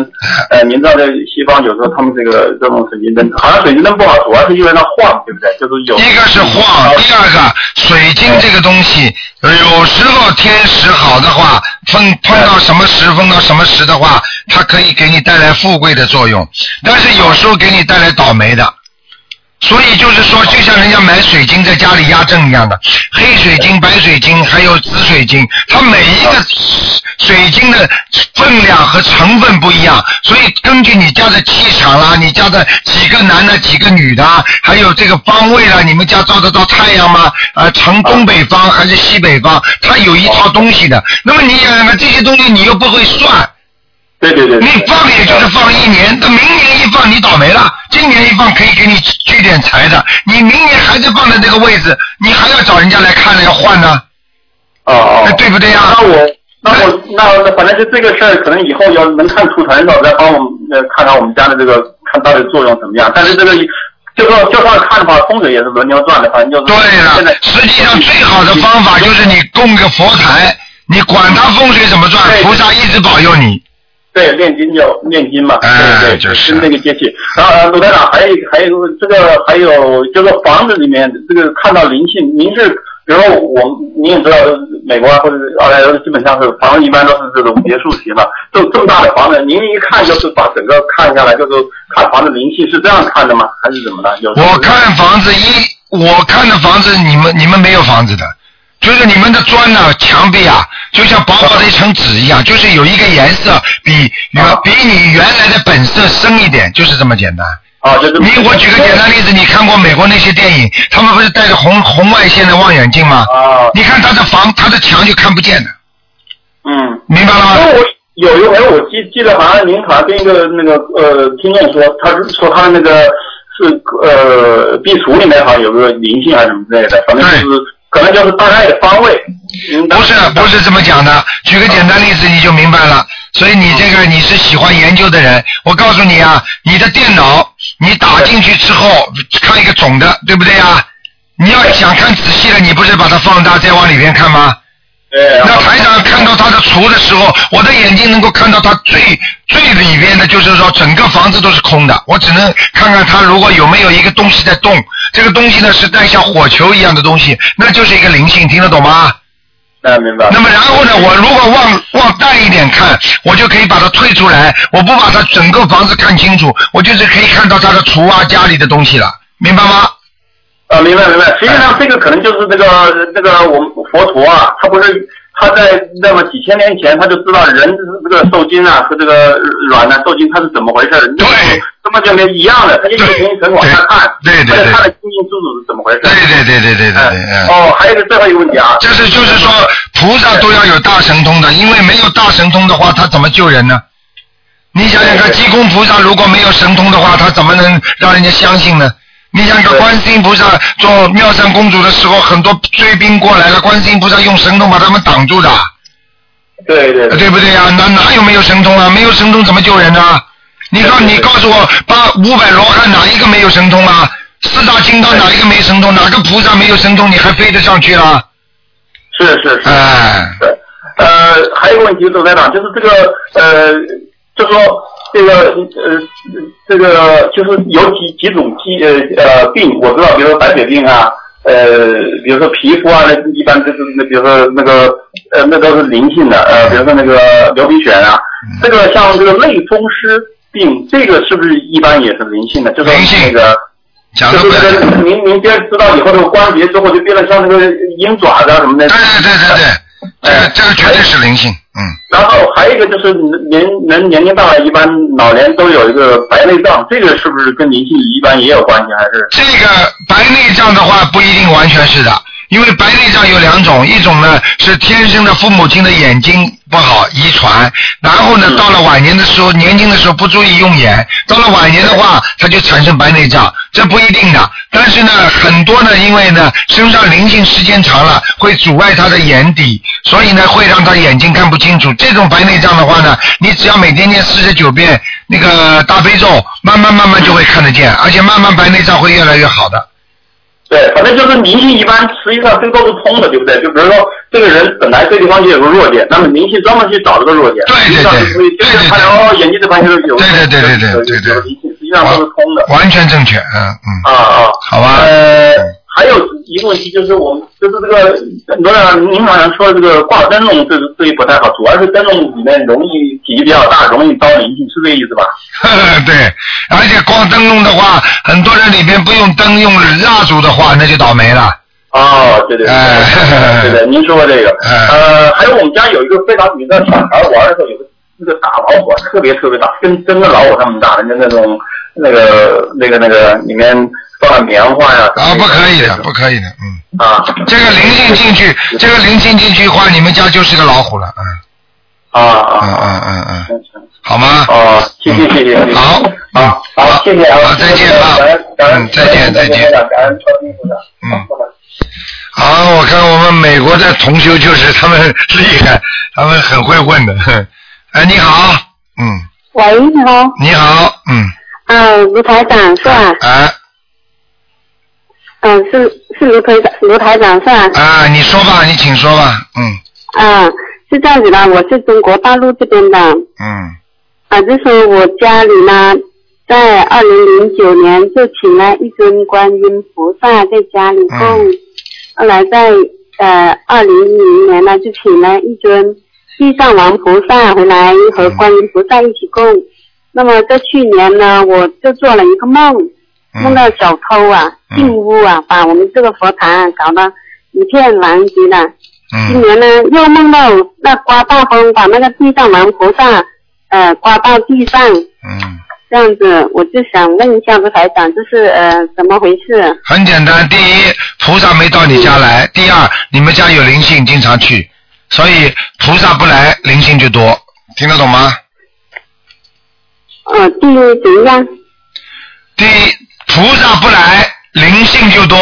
呃，您知道在西方有时候他们这个这种水晶灯，好像水晶灯不好，主要是因为它晃，对不对？就是有一个是晃，第二个水晶这个东西，有时候天时好的话，碰碰到什么时碰到什么时的话，它可以给你带来富贵的作用，但是有时候给你带来倒霉的。所以就是说，就像人家买水晶在家里压正一样的，黑水晶、白水晶还有紫水晶，它每一个水晶的分量和成分不一样，所以根据你家的气场啦，你家的几个男的、几个女的啊，还有这个方位啦，你们家照得到太阳吗？啊，呈东北方还是西北方？它有一套东西的。那么你想想看，这些东西你又不会算，对对对，对你放也就是放一年，那明年一放你倒霉了，今年一放可以给你聚点财的，你明年还是放在那个位置，你还要找人家来看了要换呢，哦哦哎，对不对呀、那我那我那那反正就这个事儿，可能以后要能看图腾的时候再帮我们呃看看我们家的这个看到底作用怎么样。但是这个就算就算看的话，风水也是轮流转的，反正就是对现了在，实际上最好的方法就是你供个佛台，你管它风水怎么转，对菩萨一直保佑你。对，念经就念经嘛，哎对对，就是跟那个接气。然后呃鲁台长还有一还有一个这个还有这个房子里面这个看到灵性，您是比如说我您也知道美国啊或者是澳大利亚基本上是房子一般都是这种别墅型嘛，这这么大的房子，您一看就是把整个看下来就是看房子灵性是这样看的吗？还是怎么的？有我看房子一，我看的房子，你们你们没有房子的，就是你们的砖呐、墙壁啊，就像薄薄的一层纸一样，就是有一个颜色比原、啊比你原来的本色深一点，就是这么简单。啊，就是你我举个简单例子，你看过美国那些电影，他们不是带着红红外线的望远镜吗？啊，你看他的房，他的墙就看不见了，嗯。明白了吗？因为我有一回我记记得好像您好像跟一个那个呃听众说，他是说他那个是呃壁橱里面好像有个灵性还是什么之类的，反正就是可能就是大概的方位。嗯不是不是这么讲的，举个简单例子你就明白了。所以你这个你是喜欢研究的人，我告诉你啊，你的电脑你打进去之后看一个总的，对不对啊？你要想看仔细了，你不是把它放大再往里边看吗？对，那台长看到他的图的时候，我的眼睛能够看到他最最里边的，就是说整个房子都是空的，我只能看看他如果有没有一个东西在动。这个东西呢是带像火球一样的东西，那就是一个灵性，听得懂吗？那明白。那么然后呢，我如果往往淡一点看，我就可以把它退出来，我不把它整个房子看清楚，我就是可以看到它的厨啊、家里的东西了，明白吗？啊，明白明白。实际哎上这个可能就是那个那个我们佛陀啊，他不是他在那么几千年前他就知道人这个受精啊和这个卵啊呢、受精它是怎么回事儿，对根本就没一样的，他就一个平层往下看，对对对对他就看得清清楚楚是怎么回事。对对对对对对对，嗯。哎哦，还有一个最后一个问题啊，这是就是说，菩萨都要有大神通的，因为没有大神通的话，他怎么救人呢？你想想看，对对济公菩萨如果没有神通的话，他怎么能让人家相信呢？你想想看，对观世音菩萨做妙善公主的时候，很多追兵过来了，观世音菩萨用神通把他们挡住的。对对对，呃 对不对呀、哪哪有没有神通啊？没有神通怎么救人呢、你告对对对你告诉我，八五百罗汉哪一个没有神通啊？四大金刚哪一个没神通？哪个菩萨没有神通？你还飞得上去了？是是是。哎，对，呃，还有一个问题，董台长，就是这个呃，就说这个呃，这个就是有几几种疾呃呃病，我知道，比如说白血病啊，呃，比如说皮肤啊，那一般就是那比如说那个呃，那都是灵性的，呃，比如说那个流鼻血啊，嗯这个像这个类风湿病，这个是不是一般也是灵性的？就是灵性那个。讲就的不是这啊对。个，您您变知道以后，这个关节之后就变得像那个鹰爪子啊什么的。对对对对对，这个这个绝对是灵性，嗯，然后还有一个就是年人年龄大了，一般老年都有一个白内障，这个是不是跟灵性一般也有关系？还是这个白内障的话不一定完全是的，因为白内障有两种，一种呢是天生的父母亲的眼睛不好遗传，然后呢到了晚年的时候，年轻的时候不注意用眼，到了晚年的话，它就产生白内障，这不一定的。但是呢，很多呢，因为呢身上灵性时间长了，会阻碍他的眼底，所以呢会让他眼睛看不清楚。这种白内障的话呢，你只要每天念四十九遍那个大悲咒，慢慢慢慢就会看得见，而且慢慢白内障会越来越好的。对，反正就是灵性一般，实际上这都是通的，对不对？就比如说这个人本来这地方就有个弱点，那么灵性专门去找这个弱点，对对对实际上就是就是他哦，眼睛这方面就是有，对对对对对有对对有灵性，实际上都是通的。完全正确，嗯嗯， 啊啊，好吧，呃，还有一个问题就是我们就是这个呃罗亮，您好像说这个挂灯笼这这一不太好，主要是灯笼里面容易体积比较大，容易招灵性，是这个意思吧？对，而且光灯笼的话，很多人里边不用灯用蜡烛的话，那就倒霉了。哦，对对对，啊哎对对，您说过这个，哎呃，还有我们家有一个非常有的小孩玩的时候有个那个大老虎，特别特别大，跟真的老虎那么大，那那种那个那个那个里面放了棉花呀啊，不可以的，不可以的，嗯，啊这个灵性进去，这个灵性进去的话，你们家就是个老虎了，嗯啊嗯啊，嗯嗯嗯，行行，好吗？哦，谢谢谢谢，谢谢好，啊，好好，谢谢啊好，再见啊感恩感嗯恩，再见再见感恩感恩超辛苦的，嗯好的好，我看我们美国的同修就是他们厉害，他们很会问的。哼哎，你好，嗯，喂，你好，你好，嗯，嗯，卢台长是吧？哎嗯，是是卢台长，卢台长是吧？啊，你说吧，你请说吧，嗯嗯，是这样子的，我是中国大陆这边的，嗯。啊，就是我家里呢，在二零零九年就请了一尊观音菩萨在家里供，嗯后来在呃二零一零年呢就请了一尊地藏王菩萨回来和嗯观音菩萨一起供。那么在去年呢，我就做了一个梦，嗯梦到小偷啊嗯进屋啊，把我们这个佛堂啊搞得一片狼藉的。今嗯年呢，又梦到那刮大风，把那个地藏王菩萨，呃，刮到地上，嗯，这样子，我就想问一下卢台长，这是呃怎么回事？很简单。第一，菩萨没到你家来；嗯第二，你们家有灵性，经常去，所以菩萨不来，灵性就多。听得懂吗？呃，地狱怎么样？第一，菩萨不来，灵性就多。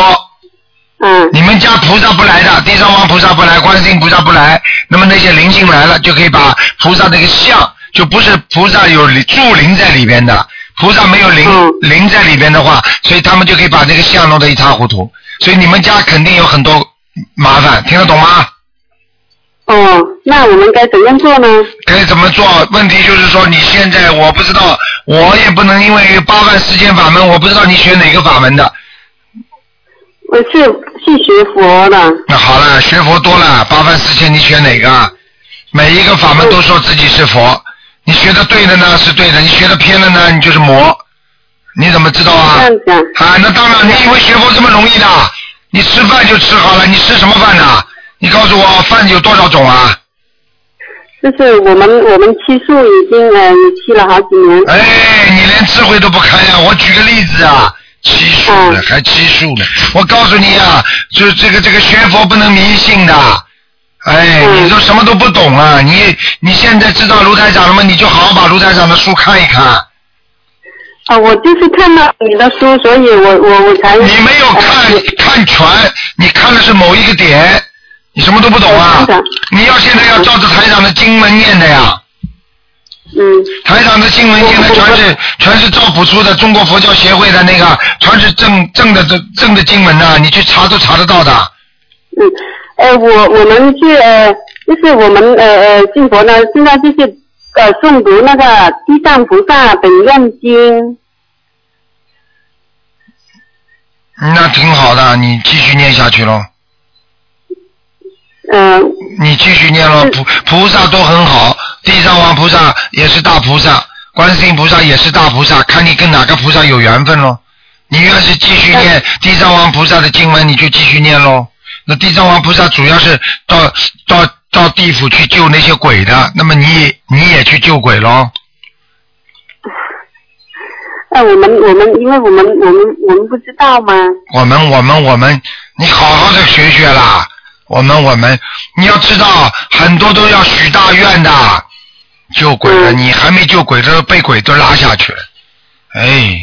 嗯、你们家菩萨不来的，地藏王菩萨不来，观世音菩萨不来，那么那些灵性来了，就可以把菩萨那个像，就不是菩萨有灵住灵在里边的。菩萨没有灵嗯灵在里边的话，所以他们就可以把这个像弄得一塌糊涂。所以你们家肯定有很多麻烦，听得懂吗？哦，那我们该怎样做呢？该怎么做？问题就是说，你现在我不知道，我也不能因为八万四千法门，我不知道你学哪个法门的。我是是学佛的，那好了，学佛多了，八万四千你选哪个？每一个法门都说自己是佛，你学的对的呢是对的，你学的偏的呢你就是魔，你怎么知道这啊？样子啊，啊，那当然，你以为学佛这么容易的？你吃饭就吃好了，你吃什么饭呢？你告诉我，饭有多少种啊？就是我们我们吃素已经呃也吃了好几年，哎，你连智慧都不开呀、我举个例子啊，欺术呢，嗯还欺术呢。我告诉你啊，就这个这个学佛不能迷信的。哎，嗯你都什么都不懂啊！你你现在知道卢台长了吗？你就好好把卢台长的书看一看。啊、我就是看到你的书，所以我我我才你没有看呃看全，你看的是某一个点，你什么都不懂啊我看看！你要现在要照着台长的经文念的呀。嗯台长的新闻现在全是全是赵朴初的中国佛教协会的那个，全是正正的正正的经文呐、你去查都查得到的。嗯，哎呃，我我们去呃，就是我们呃呃信佛呢，现在就是呃诵读那个地藏菩萨本愿经，那挺好的，你继续念下去喽，嗯、呃，你继续念喽。嗯菩菩萨都很好，地藏王菩萨也是大菩萨，观世音菩萨也是大菩萨，看你跟哪个菩萨有缘分喽。你要是继续念地藏王菩萨的经文，你就继续念喽。那地藏王菩萨主要是到到到地府去救那些鬼的，那么你你也去救鬼喽。哎呃，我们我们因为我们我们我们不知道嘛，我们我们我们你好好的学学啦。我们我们，你要知道，很多都要许大愿的，救鬼了，你还没救鬼，都被鬼都拉下去了。哎，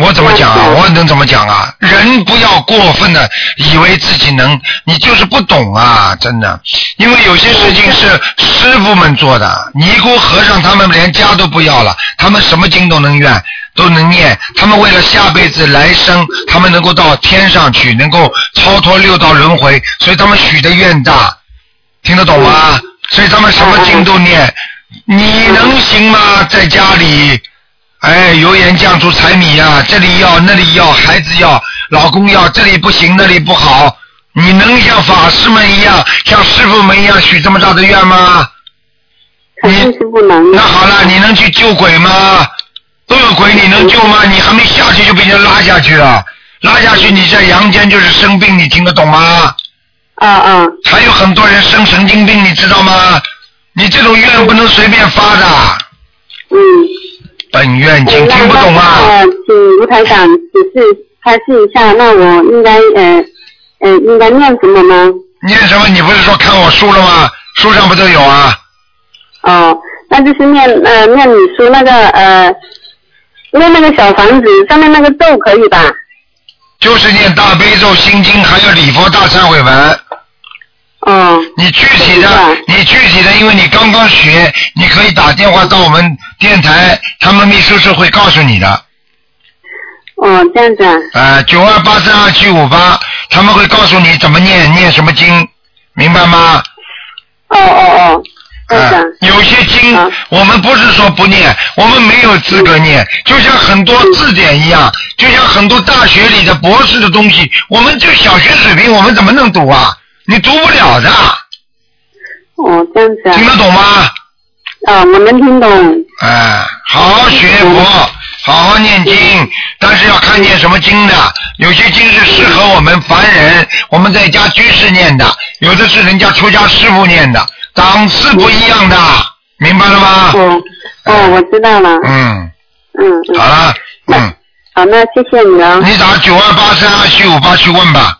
我怎么讲啊？我能怎么讲啊？人不要过分的以为自己能，你就是不懂啊，真的。因为有些事情是师傅们做的，尼姑和尚他们连家都不要了，他们什么经都能愿，都能念。他们为了下辈子来生，他们能够到天上去，能够超脱六道轮回，所以他们许的愿大，听得懂吗？所以他们什么经都念。你能行吗？在家里，哎，油盐酱醋柴米呀、这里要那里要，孩子要，老公要，这里不行那里不好，你能像法师们一样，像师傅们一样许这么大的愿吗？肯定是不能的那。好了，你能去救鬼吗？都有鬼，你能救吗？你还没下去就被人家拉下去了，拉下去你在阳间就是生病，你听得懂吗？啊啊，还有很多人生神经病，你知道吗？你这种愿不能随便发的，嗯，本愿经我听不懂啊。呃，请吴台长指示开示一下，那我应该呃呃应该念什么呢？念什么？你不是说看我书了吗？书上不都有啊？哦，那就是念呃念你说那个呃念那个小房子上面那个咒可以吧？就是念大悲咒、心经，还有礼佛大忏悔文。哦，你具体明的白，你具体的，因为你刚刚学，你可以打电话到我们电台，他们秘书是会告诉你的。哦，这样子啊，呃，九二八三二七五八，他们会告诉你怎么念，念什么经，明白吗？哦哦哦，这样子啊啊，，有些经、啊我们不是说不念，我们没有资格念，就像很多字典一样，就像很多大学里的博士的东西，我们就小学水平，我们怎么能读啊？你读不了的，哦，这样子嗯啊听，得懂吗？啊，我能听懂，哎、好好学佛，好好念经，但是要看念什么经的。有些经是适合我们凡人，我们在家居士念的；有的是人家出家师傅念的，档次不一样的，明白了吗？嗯哦哦，我知道了，嗯，嗯嗯嗯，好了，嗯。好，那谢谢你哦。你打九二八三二七五八去问吧。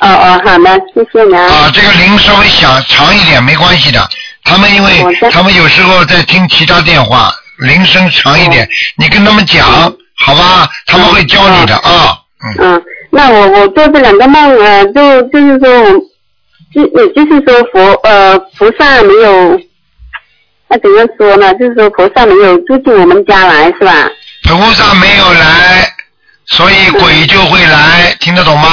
哦哦，好的，谢谢你啊。啊，这个铃稍微响长一点没关系的，他们因为我知道他们有时候在听其他电话，铃声长一嗯点，你跟他们讲，好吧？他们会教你的啊。嗯，嗯，那我我做这两个梦，呃，就就是说我，就也就是说佛呃菩萨没有，那怎么说呢？就是说菩萨没有住进我们家来，是吧？菩萨没有来，所以嗯鬼就会来，听得懂吗？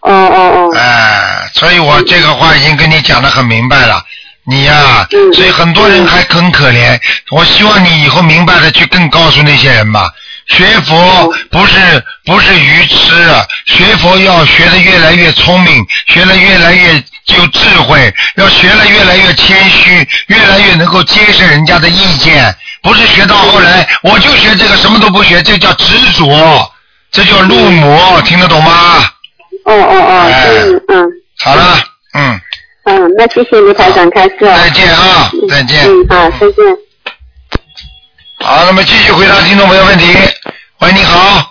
哦哦哦，哎、所以我这个话已经跟你讲的很明白了。你呀、嗯所以很多人还很可怜。我希望你以后明白的去更告诉那些人吧。学嗯佛不是不是愚痴啊，学佛要学的越来越聪明，学的越来越有智慧，要学的越来越谦虚，越来越能够接受人家的意见。不是学到后来我就学这个什么都不学，这叫执着，这叫入魔，听得懂吗？哦哦哦，哎嗯嗯好了，嗯。嗯，那谢谢卢台长开示啊。 再见啊，再见。嗯，好，再见。好，那么继续回答听众朋友问题。喂，你好，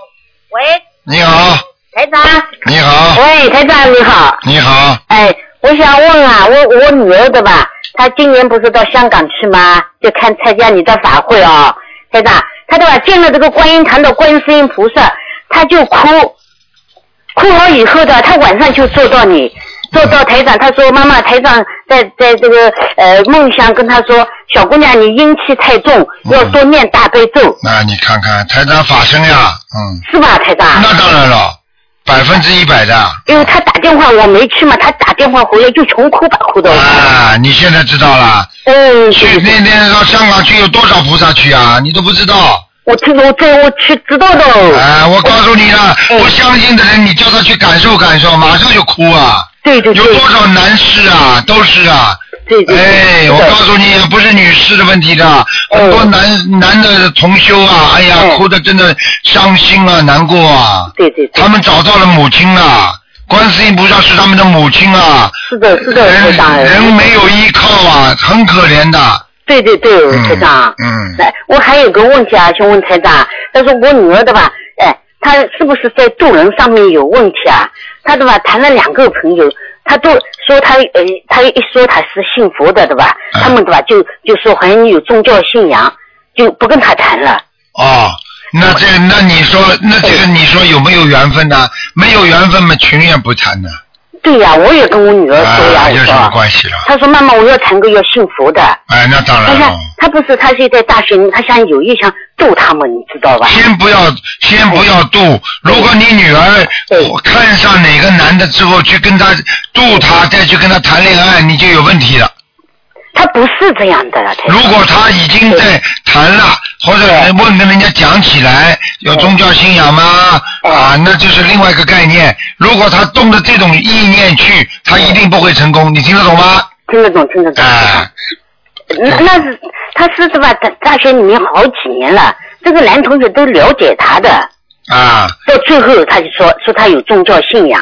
喂，你好，台长。你好，喂，台长你好。你好，哎，我想问啊，我我女儿的吧，她今年不是到香港去吗？就看参加你的法会哦，台长，她对吧？见了这个观音堂的观世音菩萨，她就哭，哭好以后的，她晚上就做到你，做到台长，她说妈妈，台长在在这个呃梦想跟她说，小姑娘你阴气太重，嗯要多念大悲咒，那你看看台长法身呀，嗯，是吧，台长？那当然了，百分之一百的。因为他打电话我没去嘛，他打电话回来就穷哭吧哭的。啊，你现在知道了，嗯，去那天到香港去有多少菩萨去啊？你都不知道。我这我这我去知道的。啊，我告诉你了，不相信的人，你叫他去感受感受，马上就哭啊！对对有对多少男士啊，都是啊，对 对。哎，我告诉你，不是女士的问题的，很多男男的同修啊，哎呀，嗯哭的真的伤心啊，难过啊。对对对他。们找到了母亲啊，观世音菩萨是他们的母亲啊，是的，是的，人台长。人没有依靠啊，很可怜的。对对对，嗯台长。嗯来，我还有个问题啊，想问台长，但是我女儿的吧，哎，她是不是在做人上面有问题啊？他对吧谈了两个朋友，他都说他呃，他一说他是信佛的对吧？嗯他们对吧就就说好像有宗教信仰，就不跟他谈了。哦，那这那你说那这个你说有没有缘分呢？没有缘分嘛，情愿不谈呢。对呀、我也跟我女儿说呀，啊，我有什么说，关系了？她说妈妈，我要谈个要信佛的。哎，那当然但是了。她不是，她现在大学，她想有意想逗他们，你知道吧？先不要，先不要渡。如果你女儿对看上哪个男的之后，去跟他渡他，再去跟他谈恋爱，你就有问题了。她不是这样的了，台长如果他已经在谈了，或者问跟人家讲起来有宗教信仰吗？啊，那就是另外一个概念。如果他动着这种意念去，他一定不会成功。你听得懂吗？听得懂，听得懂。哎，那那是他是对吧？大大学里面好几年了，这个男同学都了解他的，啊，到最后他就说说他有宗教信仰，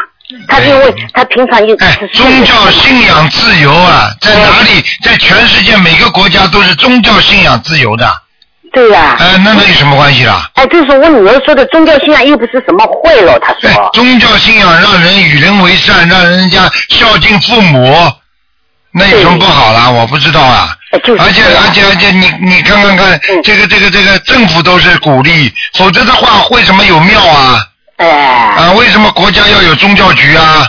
他是因为他平常就哎，宗教信仰自由啊，在哪里？在全世界每个国家都是宗教信仰自由的。对呀、哎，那那有什么关系啦？哎，就是我女儿说的宗教信仰又不是什么坏了，她对，说哎宗教信仰让人与人为善，让人家孝敬父母，那有什么不好啦？我不知道啊。哎就是而且这样而且而且，你你看看看，这个这个这个政府都是鼓励，否则的话为什么有庙啊？哎，啊，为什么国家要有宗教局啊？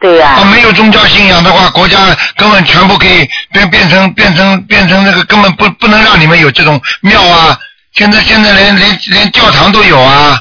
对呀、啊，没有宗教信仰的话，国家根本全部可以变变成变成变成那个根本不不能让你们有这种庙啊！现在现在连连连教堂都有啊！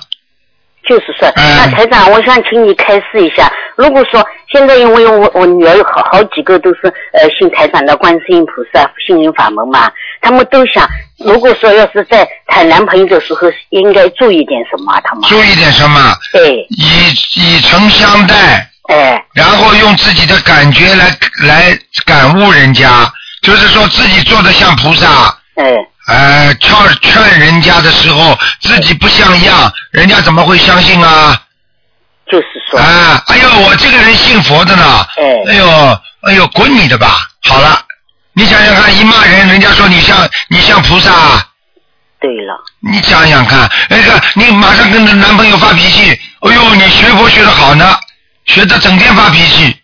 就是说，嗯那台长，我想请你开示一下。如果说现在因为我我女儿有好好几个都是呃信台长的观世音菩萨心灵法门嘛，他们都想，如果说要是在谈男朋友的时候，应该注意点什么啊？他们注意点什么？对，以以诚相待，哎，然后用自己的感觉来来感悟人家，就是说自己做的像菩萨，哎，呃，劝劝人家的时候自己不像样，人家怎么会相信啊？就是说，啊，哎呦，我这个人信佛的呢，哎哎呦，哎呦，滚你的吧！好了，你想想看，一骂人，人家说你像你像菩萨，啊对了，你想想看，那个你马上跟着男朋友发脾气，哎呦，你学佛学的好呢，学的整天发脾气，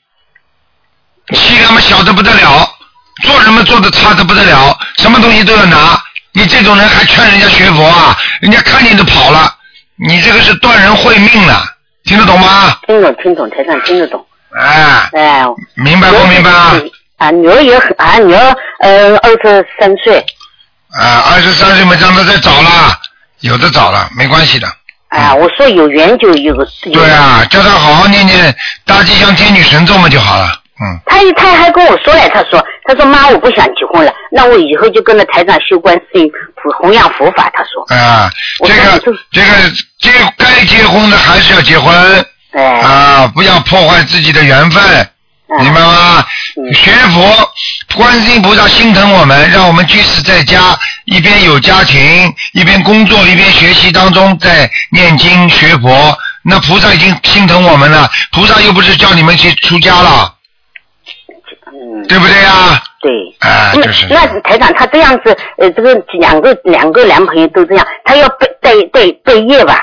气他妈小的不得了，做什么做的差的不得了，什么东西都要拿，你这种人还劝人家学佛啊？人家看见就跑了，你这个是断人慧命了，听得懂吗？听懂听懂，台长听得懂，哎，哎，明白不明白？啊，女儿也很啊，女儿呃二十三岁，啊，二十三岁嘛，让他再找啦，有的找了，没关系的。啊，我说有缘就有有对啊，叫他好好念念大吉祥天女神咒嘛就好了。嗯，他他还跟我说了，他说他说妈，我不想结婚了，那我以后就跟着台长修观世音菩弘扬佛法。他说，啊，我这上个次就这个结该结婚的还是要结婚哎，啊，不要破坏自己的缘分，嗯明白吗？嗯学佛，观世音菩萨心疼我们，让我们居士在家一边有家庭，一边工作，一边学习当中在念经学佛。那菩萨已经心疼我们了，菩萨又不是叫你们去出家了，嗯，对不对呀？对。啊，那就是。嗯那台长他这样子，呃，这个两个两个男朋友都这样，他要背背背背业吧？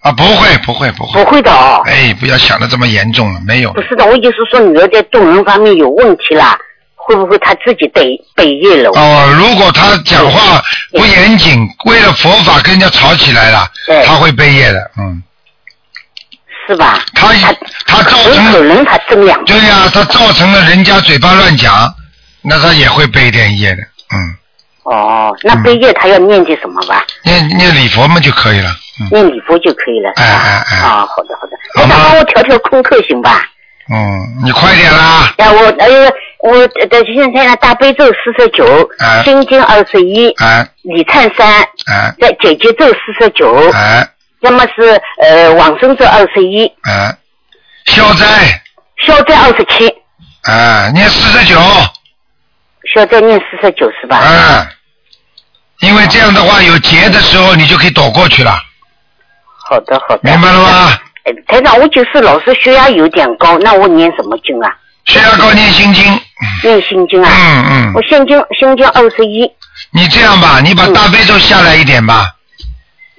啊，不会，不会，不不会。会的哦，哎，不要想的这么严重了，没有不。是的，我就是说女儿在做人方面有问题啦，会不会她自己背背业了？哦，如果他讲嗯话不严谨，为了佛法跟人家吵起来了，对他会背业的，嗯。是吧？他他造很可成，能他这样。对呀、他造成了人家嘴巴乱讲，那他也会背点业的，嗯。哦，那背业他要念些什么吧？念念礼佛嘛就可以了，嗯念礼佛就可以了。哎哎哎啊，好的好的，好台吗长帮我调调功课行吧？嗯，你快点啦，哎，我呃我的现在呢，大悲咒四十九哎，心经二十一，哎礼忏三，哎再解结咒四十九，哎要么是呃往生咒二十一，哎，消灾，消灾二十七，哎，念四十九，消灾念四十九是吧？哎，因为这样的话，有劫的时候你就可以躲过去了，好的好的。明白了吗？哎？台长，我就是老是血压有点高，那我念什么经啊？血压高念心经，念心经啊？嗯我嗯，心经心经二十一，你这样吧，你把大悲咒下来一点吧，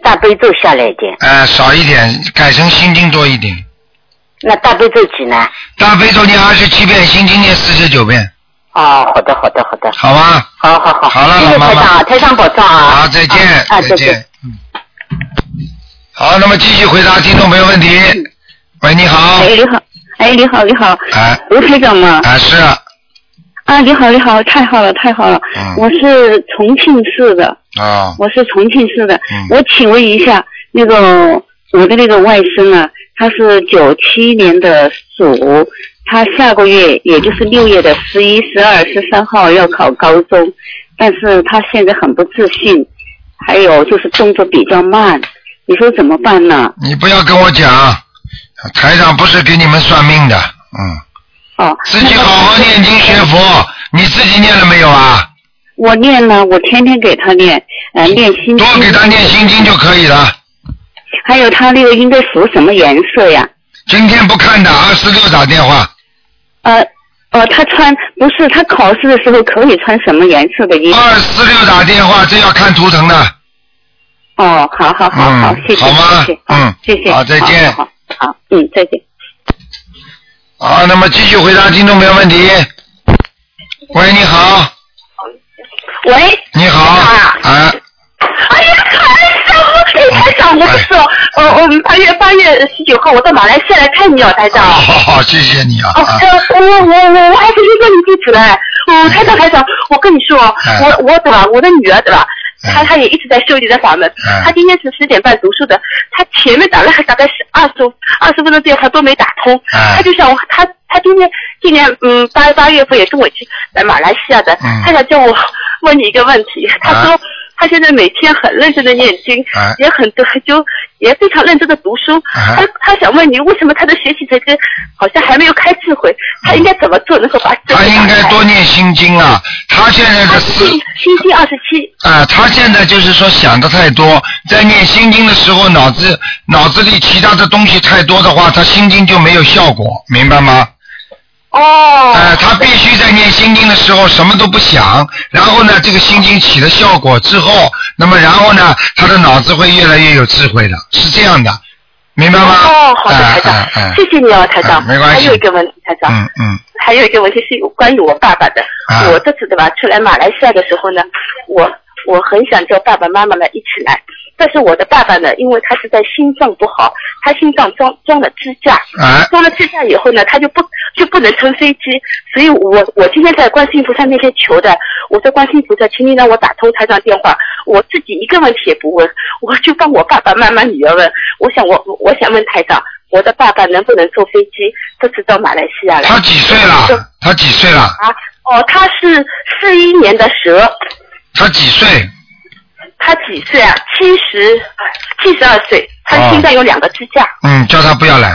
大悲咒下来一点。呃，少一点，改成心经多一点，那大悲咒几呢？大悲咒念二十七遍，心经念四十九遍，啊哦，好的，好的，好的，好吧？好好好，好了谢谢老妈妈台长啊，台长保重啊。好，再见啊，啊，再再见见。。嗯。好，那么继续回答听众朋友问题。嗯喂，你好。哎，你好，哎，你好，你好，哎，卢台长吗？啊是啊，啊，你好，你好，太好了，太好了，嗯我是重庆市的，啊，我是重庆市的，嗯我请问一下，那个我的那个外甥啊，他是九七年的鼠，他下个月也就是六月的十一、十二、十三号要考高中，但是他现在很不自信，还有就是动作比较慢，你说怎么办呢？你不要跟我讲，台长不是给你们算命的，嗯，哦，自己好啊好念经学佛，你自己念了没有啊？我念呢，我天天给他念，呃，念心经，嗯多给他念心经就可以了。还有他那个应该服什么颜色呀？今天不看的，二四六打电话。呃，呃，他穿不是他考试的时候可以穿什么颜色的衣服？二四六打电话，这要看图腾的。哦，好好好嗯好，谢谢好吗谢谢，嗯谢谢，好再见好，好好嗯，再见。好，啊那么继续回答听众朋友问题。喂，你好，喂，哎你好，啊，哎呀，台长，哎，台长，我不是哦，哎呃，我们八月八月十九号我到马来西亚来看你哦，台长。好好好，谢谢你啊，哦，啊呃，我我我我还不是问你地址嘞。嗯，台长台长，我跟你说，哎我我对吧，我的女儿对吧，哎她她也一直在修你的法门哎，她今天是十点半读书的，她前面打了大概是二十二十分钟电话都没打通，哎她就想她她今天今年嗯八八月份也跟我一起来马来西亚的，嗯啊她想 叫我问你一个问题，她说。她现在每天很认真的念经，哎也很多就也非常认真的读书。哎她她想问你，为什么她的学习成绩好像还没有开智慧？她应该怎么做能够把智慧嗯他应打该开多念心经啊，他现在的思星期二十七，啊，他现在就是说想的太多，在念心经的时候，脑子脑子里其他的东西太多的话，他心经就没有效果，明白吗？哦，呃，他必须在念心经的时候什么都不想，然后呢，这个心经起了效果之后，那么然后呢，他的脑子会越来越有智慧的，是这样的，明白吗？哦，好的，台哎哎哎长，谢啊谢你哦，台长。哎没关系还有一个问题，台长，嗯嗯，还有一个问题是有关于我爸爸的啊。我这次对吧，去来马来西亚的时候呢，我我很想叫爸爸妈妈呢一起来，但是我的爸爸呢，因为他是在心脏不好，他心脏装装了支架，哎，装了支架以后呢，他就不就不能乘飞机，所以我我今天在观世音菩萨面前求的，我说观世音菩萨，请你让我打通台长电话，我自己一个问题也不问，我就帮我爸爸妈妈女儿问，我想我我想问台长，我的爸爸能不能坐飞机这次到马来西亚来？他几岁了？他几岁了？啊，哦，他是四一年的蛇，他几岁？他几岁啊？七十，七十二岁，哦他心脏有两个支架嗯，叫他不要来，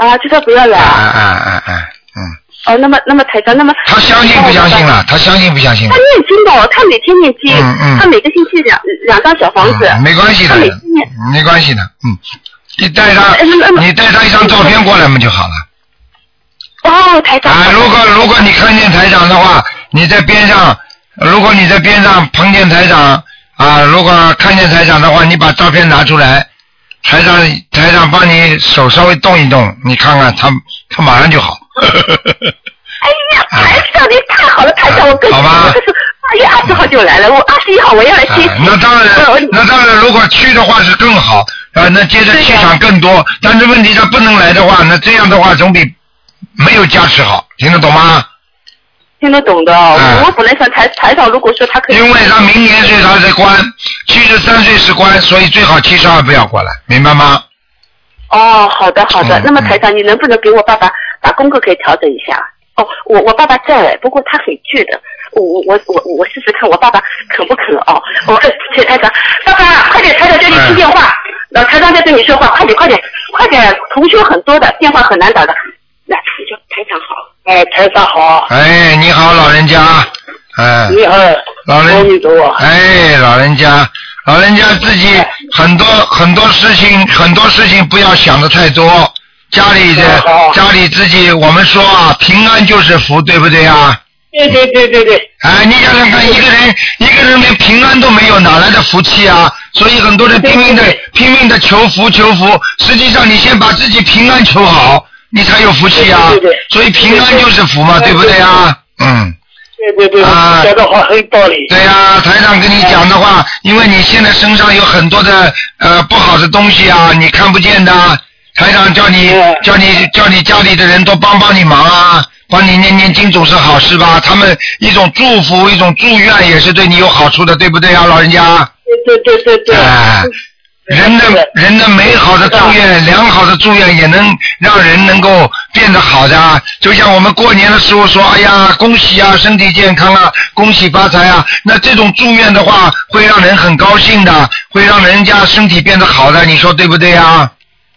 嗯，啊，就说不要来哎啊。哎哎哎，嗯，哦，那么那么台长，那么他相信不相信了？他相信不相信了他？念经的，哦他每天念经，嗯嗯他每个星期两两张小房子。嗯没关系的他每天念，没关系的，嗯，你带他哎那，那你带他一张照片过来嘛就好了。哦，台长。啊，如果如果你看见台长的话，你在边上，如果你在边上碰见台长啊，如果看见台长的话，你把照片拿出来，台长台长帮你手稍微动一动，你看看他他马上就好。哎呀，台长你太好了，台长，我跟你啊好吧我就是八月二十号就来了，我二十一号我要来啊接你。那当我然，那当然，如果去的话是更好啊，那接着对的气场更多。但是问题他不能来的话，那这样的话总比没有加持好，听得懂吗？听得懂的哦，嗯我我本来想台台长，如果说他可以，因为他明年是他的官，七十三岁是官，所以最好七十二不要过来，明白吗？哦，好的好的，嗯那么嗯台长，你能不能给我爸爸把功课给调整一下？哦，我我爸爸在，不过他很倔的，我我我我我试试看，我爸爸肯不肯哦？我谢谢台长，爸爸快点，台长叫哎你听电话，老台长在跟你说话，快点快点快点，同修很多的，电话很难打的，来，你说台长好，哎，台长好，哎，你好，老人家，哎，你好，老阿弥人，陀佛。哎，老人家，老人家自己很多很多事情，很多事情不要想的太多。家里的好好家里自己，我们说啊，平安就是福，对不对啊？对对对对对，哎，你想想看，一个人一个人连平安都没有，哪来的福气啊？所以很多人拼命的拼命的求福求福，实际上你先把自己平安求好，你才有福气啊。对对对所以平安就是福嘛，对不对啊？嗯。对对对，啊你说的话很有道理。对呀、台长跟你讲的话，因为你现在身上有很多的呃不好的东西啊，你看不见的啊。台长叫你嗯叫你叫你家里的人多帮帮你忙啊，帮你念念经总是好事吧？他们一种祝福，一种祝愿也是对你有好处的，对不对啊，老人家？对对对对对，哎人的人的美好的祝愿、良好的祝愿，也能让人能够变得好的啊。就像我们过年的时候说：“哎呀，恭喜啊，身体健康啊，恭喜发财啊。”那这种祝愿的话，会让人很高兴的，会让人家身体变得好的，你说对不对啊？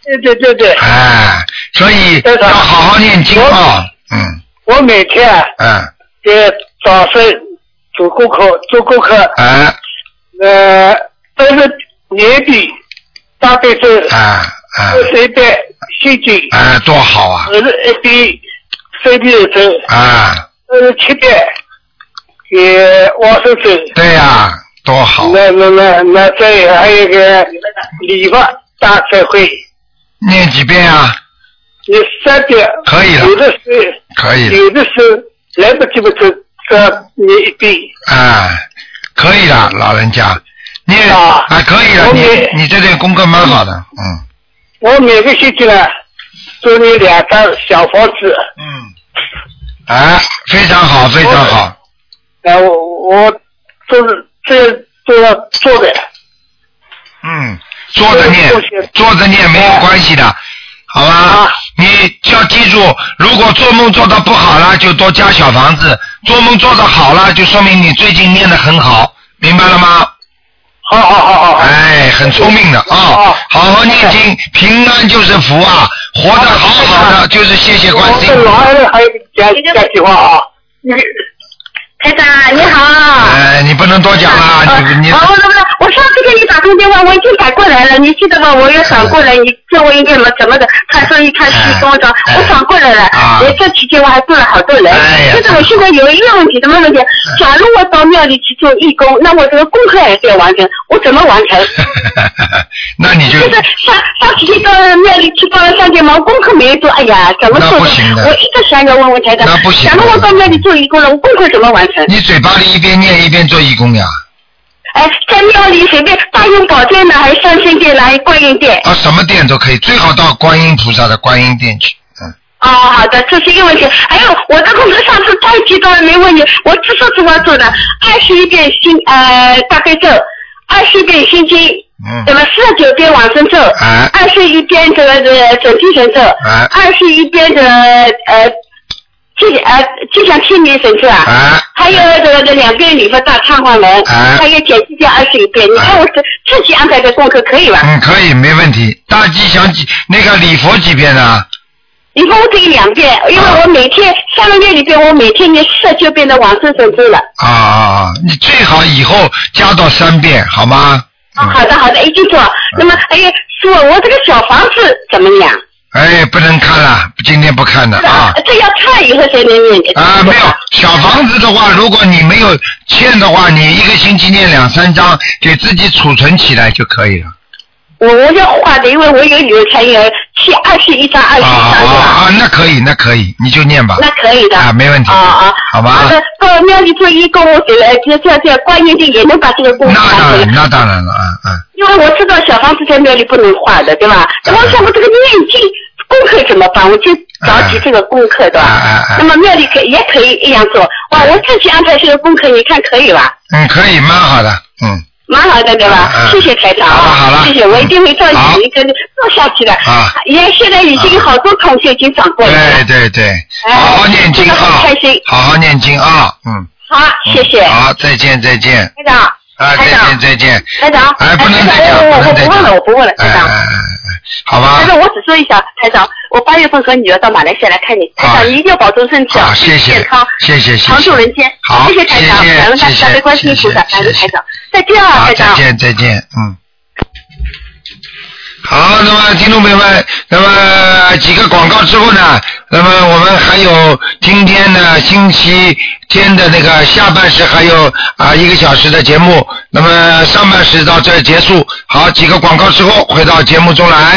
对对对对，哎，所以对的要好好念经啊。嗯我每天啊嗯在早晨做功课，做功课，哎呃，都是年底大悲咒哎哎二十一遍心经，哎，多好啊！二十一遍三遍咒，啊，二十七遍给往生咒。对呀、多好！那那那那这还有一个礼佛大忏悔，念几遍啊？你三遍可以了有的时可以候了。有的时候来不及不走，这你一遍。啊，可以的，老人家，你啊啊，可以的，我每你你这点功课蛮好的，嗯我每个星期呢，做你两张小房子，嗯，哎，非常好，非常好，然后我我都是这都要做的，嗯，坐着念我我，坐着念没有关系的，好吧啊？你要记住，如果做梦做到不好了，就多加小房子；做梦做到好了，就说明你最近念得很好，明白了吗？好好好好好，哎，很聪明的啊、哦好好念经，平安就是福啊，活得好好的就是谢谢观我世跟音。老二还有讲讲句话啊，台长你好。哎，你不能多讲了，你你啊，我怎么了？我上次给你打通电话，我已经打过来了，你记得吗？我又转过来，你叫我一个怎么的？他说一看哎是跟我讲，哎我转过来了。啊我这期间我还做了好多人哎呀。嗯就真是我现在有一个问题，什么问题？假如我到庙里去做义工，那我这个功课也得完成，我怎么完成？ 那你 就就是上上期间到庙里去帮了三天忙，功课没有做，哎呀，怎么那做不行的我一直想要问问台长那不，行假的如我到庙里做义工了，我功课怎么完成？你嘴巴里一边念一边做义工呀？哎，在庙里随便大雄宝殿呢，还是三圣殿呢，还是观音殿？啊，什么殿都可以，最好到观音菩萨的观音殿去。嗯，哦，好的，这是一个问题。还有我的功课上次太激动了，没问你，我知道怎么做的，二十一遍心呃大悲咒，二十一遍心经，嗯那么四十九遍往生咒，哎二十一遍这个这个准提神咒，哎二十一遍这个呃吉呃吉祥天女神咒啊。哎，还有这个这两遍礼佛大忏悔文，哎还有解析加二十一遍，你看我自自己安排的功课可以吧？嗯，可以，没问题。大吉祥几那个礼佛几遍呢？啊一共我只有两遍，因为我每天上个月里边我每天念四十九遍的往生神咒了。啊啊啊！你最好以后加到三遍，好吗？嗯啊，好的好的，一定做。那么哎呀，师傅，我这个小房子怎么样？哎，不能看了，今天不看了啊。这要看以后才能念的。啊，没有小房子的话，如果你没有欠的话，你一个星期念两三张，给自己储存起来就可以了。我我要画的，因为我有女儿才有七二十一张二十一啊张啊是吧？啊！那可以，那可以，你就念吧。那可以的。啊，没问题。啊啊，好吧。好的，到庙里做义工，我给了这这这观音殿也能把这个功那夫当完然，。成那当然了，啊啊。因为我知道小房子在庙里不能画的，对吧？那我想我这个念经功课怎么办？我就着急这个功课，对吧？啊啊那啊！么庙里可也可以一样做，哇，我自己安排这个功课，你看可以吧？嗯，可以，蛮好的，嗯。蛮好的，对吧？嗯嗯谢谢台长啊，好了好了嗯谢谢，我一定会照好你一个做下去的。啊也现在已经有好多同学已经转过来对了，对对，哎好好念经这个啊很开心，好好念经啊，嗯。好，谢谢嗯台好，再见再见，长，啊，再台长见再见。台长，哎，不能台再长讲，不我我能再我讲不问了，我。不问了，哎台哎长哎。哎，哎好吧但。是我只说一下，台长，我八月份和女儿到马来西亚来看你，台啊长你一定要保重身体好，啊，谢谢健康，，谢谢，谢谢长久人间。好，谢谢台长，感恩大家对关心菩萨，感谢恩谢台长，再见啊，好，再台长。见，再见，嗯。好，那么听众朋友们，那么个几个广告之后呢，那么我们还有今天呢星期天的那个下半时还有啊、一个小时的节目，那么上半时到这儿结束。好，几个广告之后回到节目中来。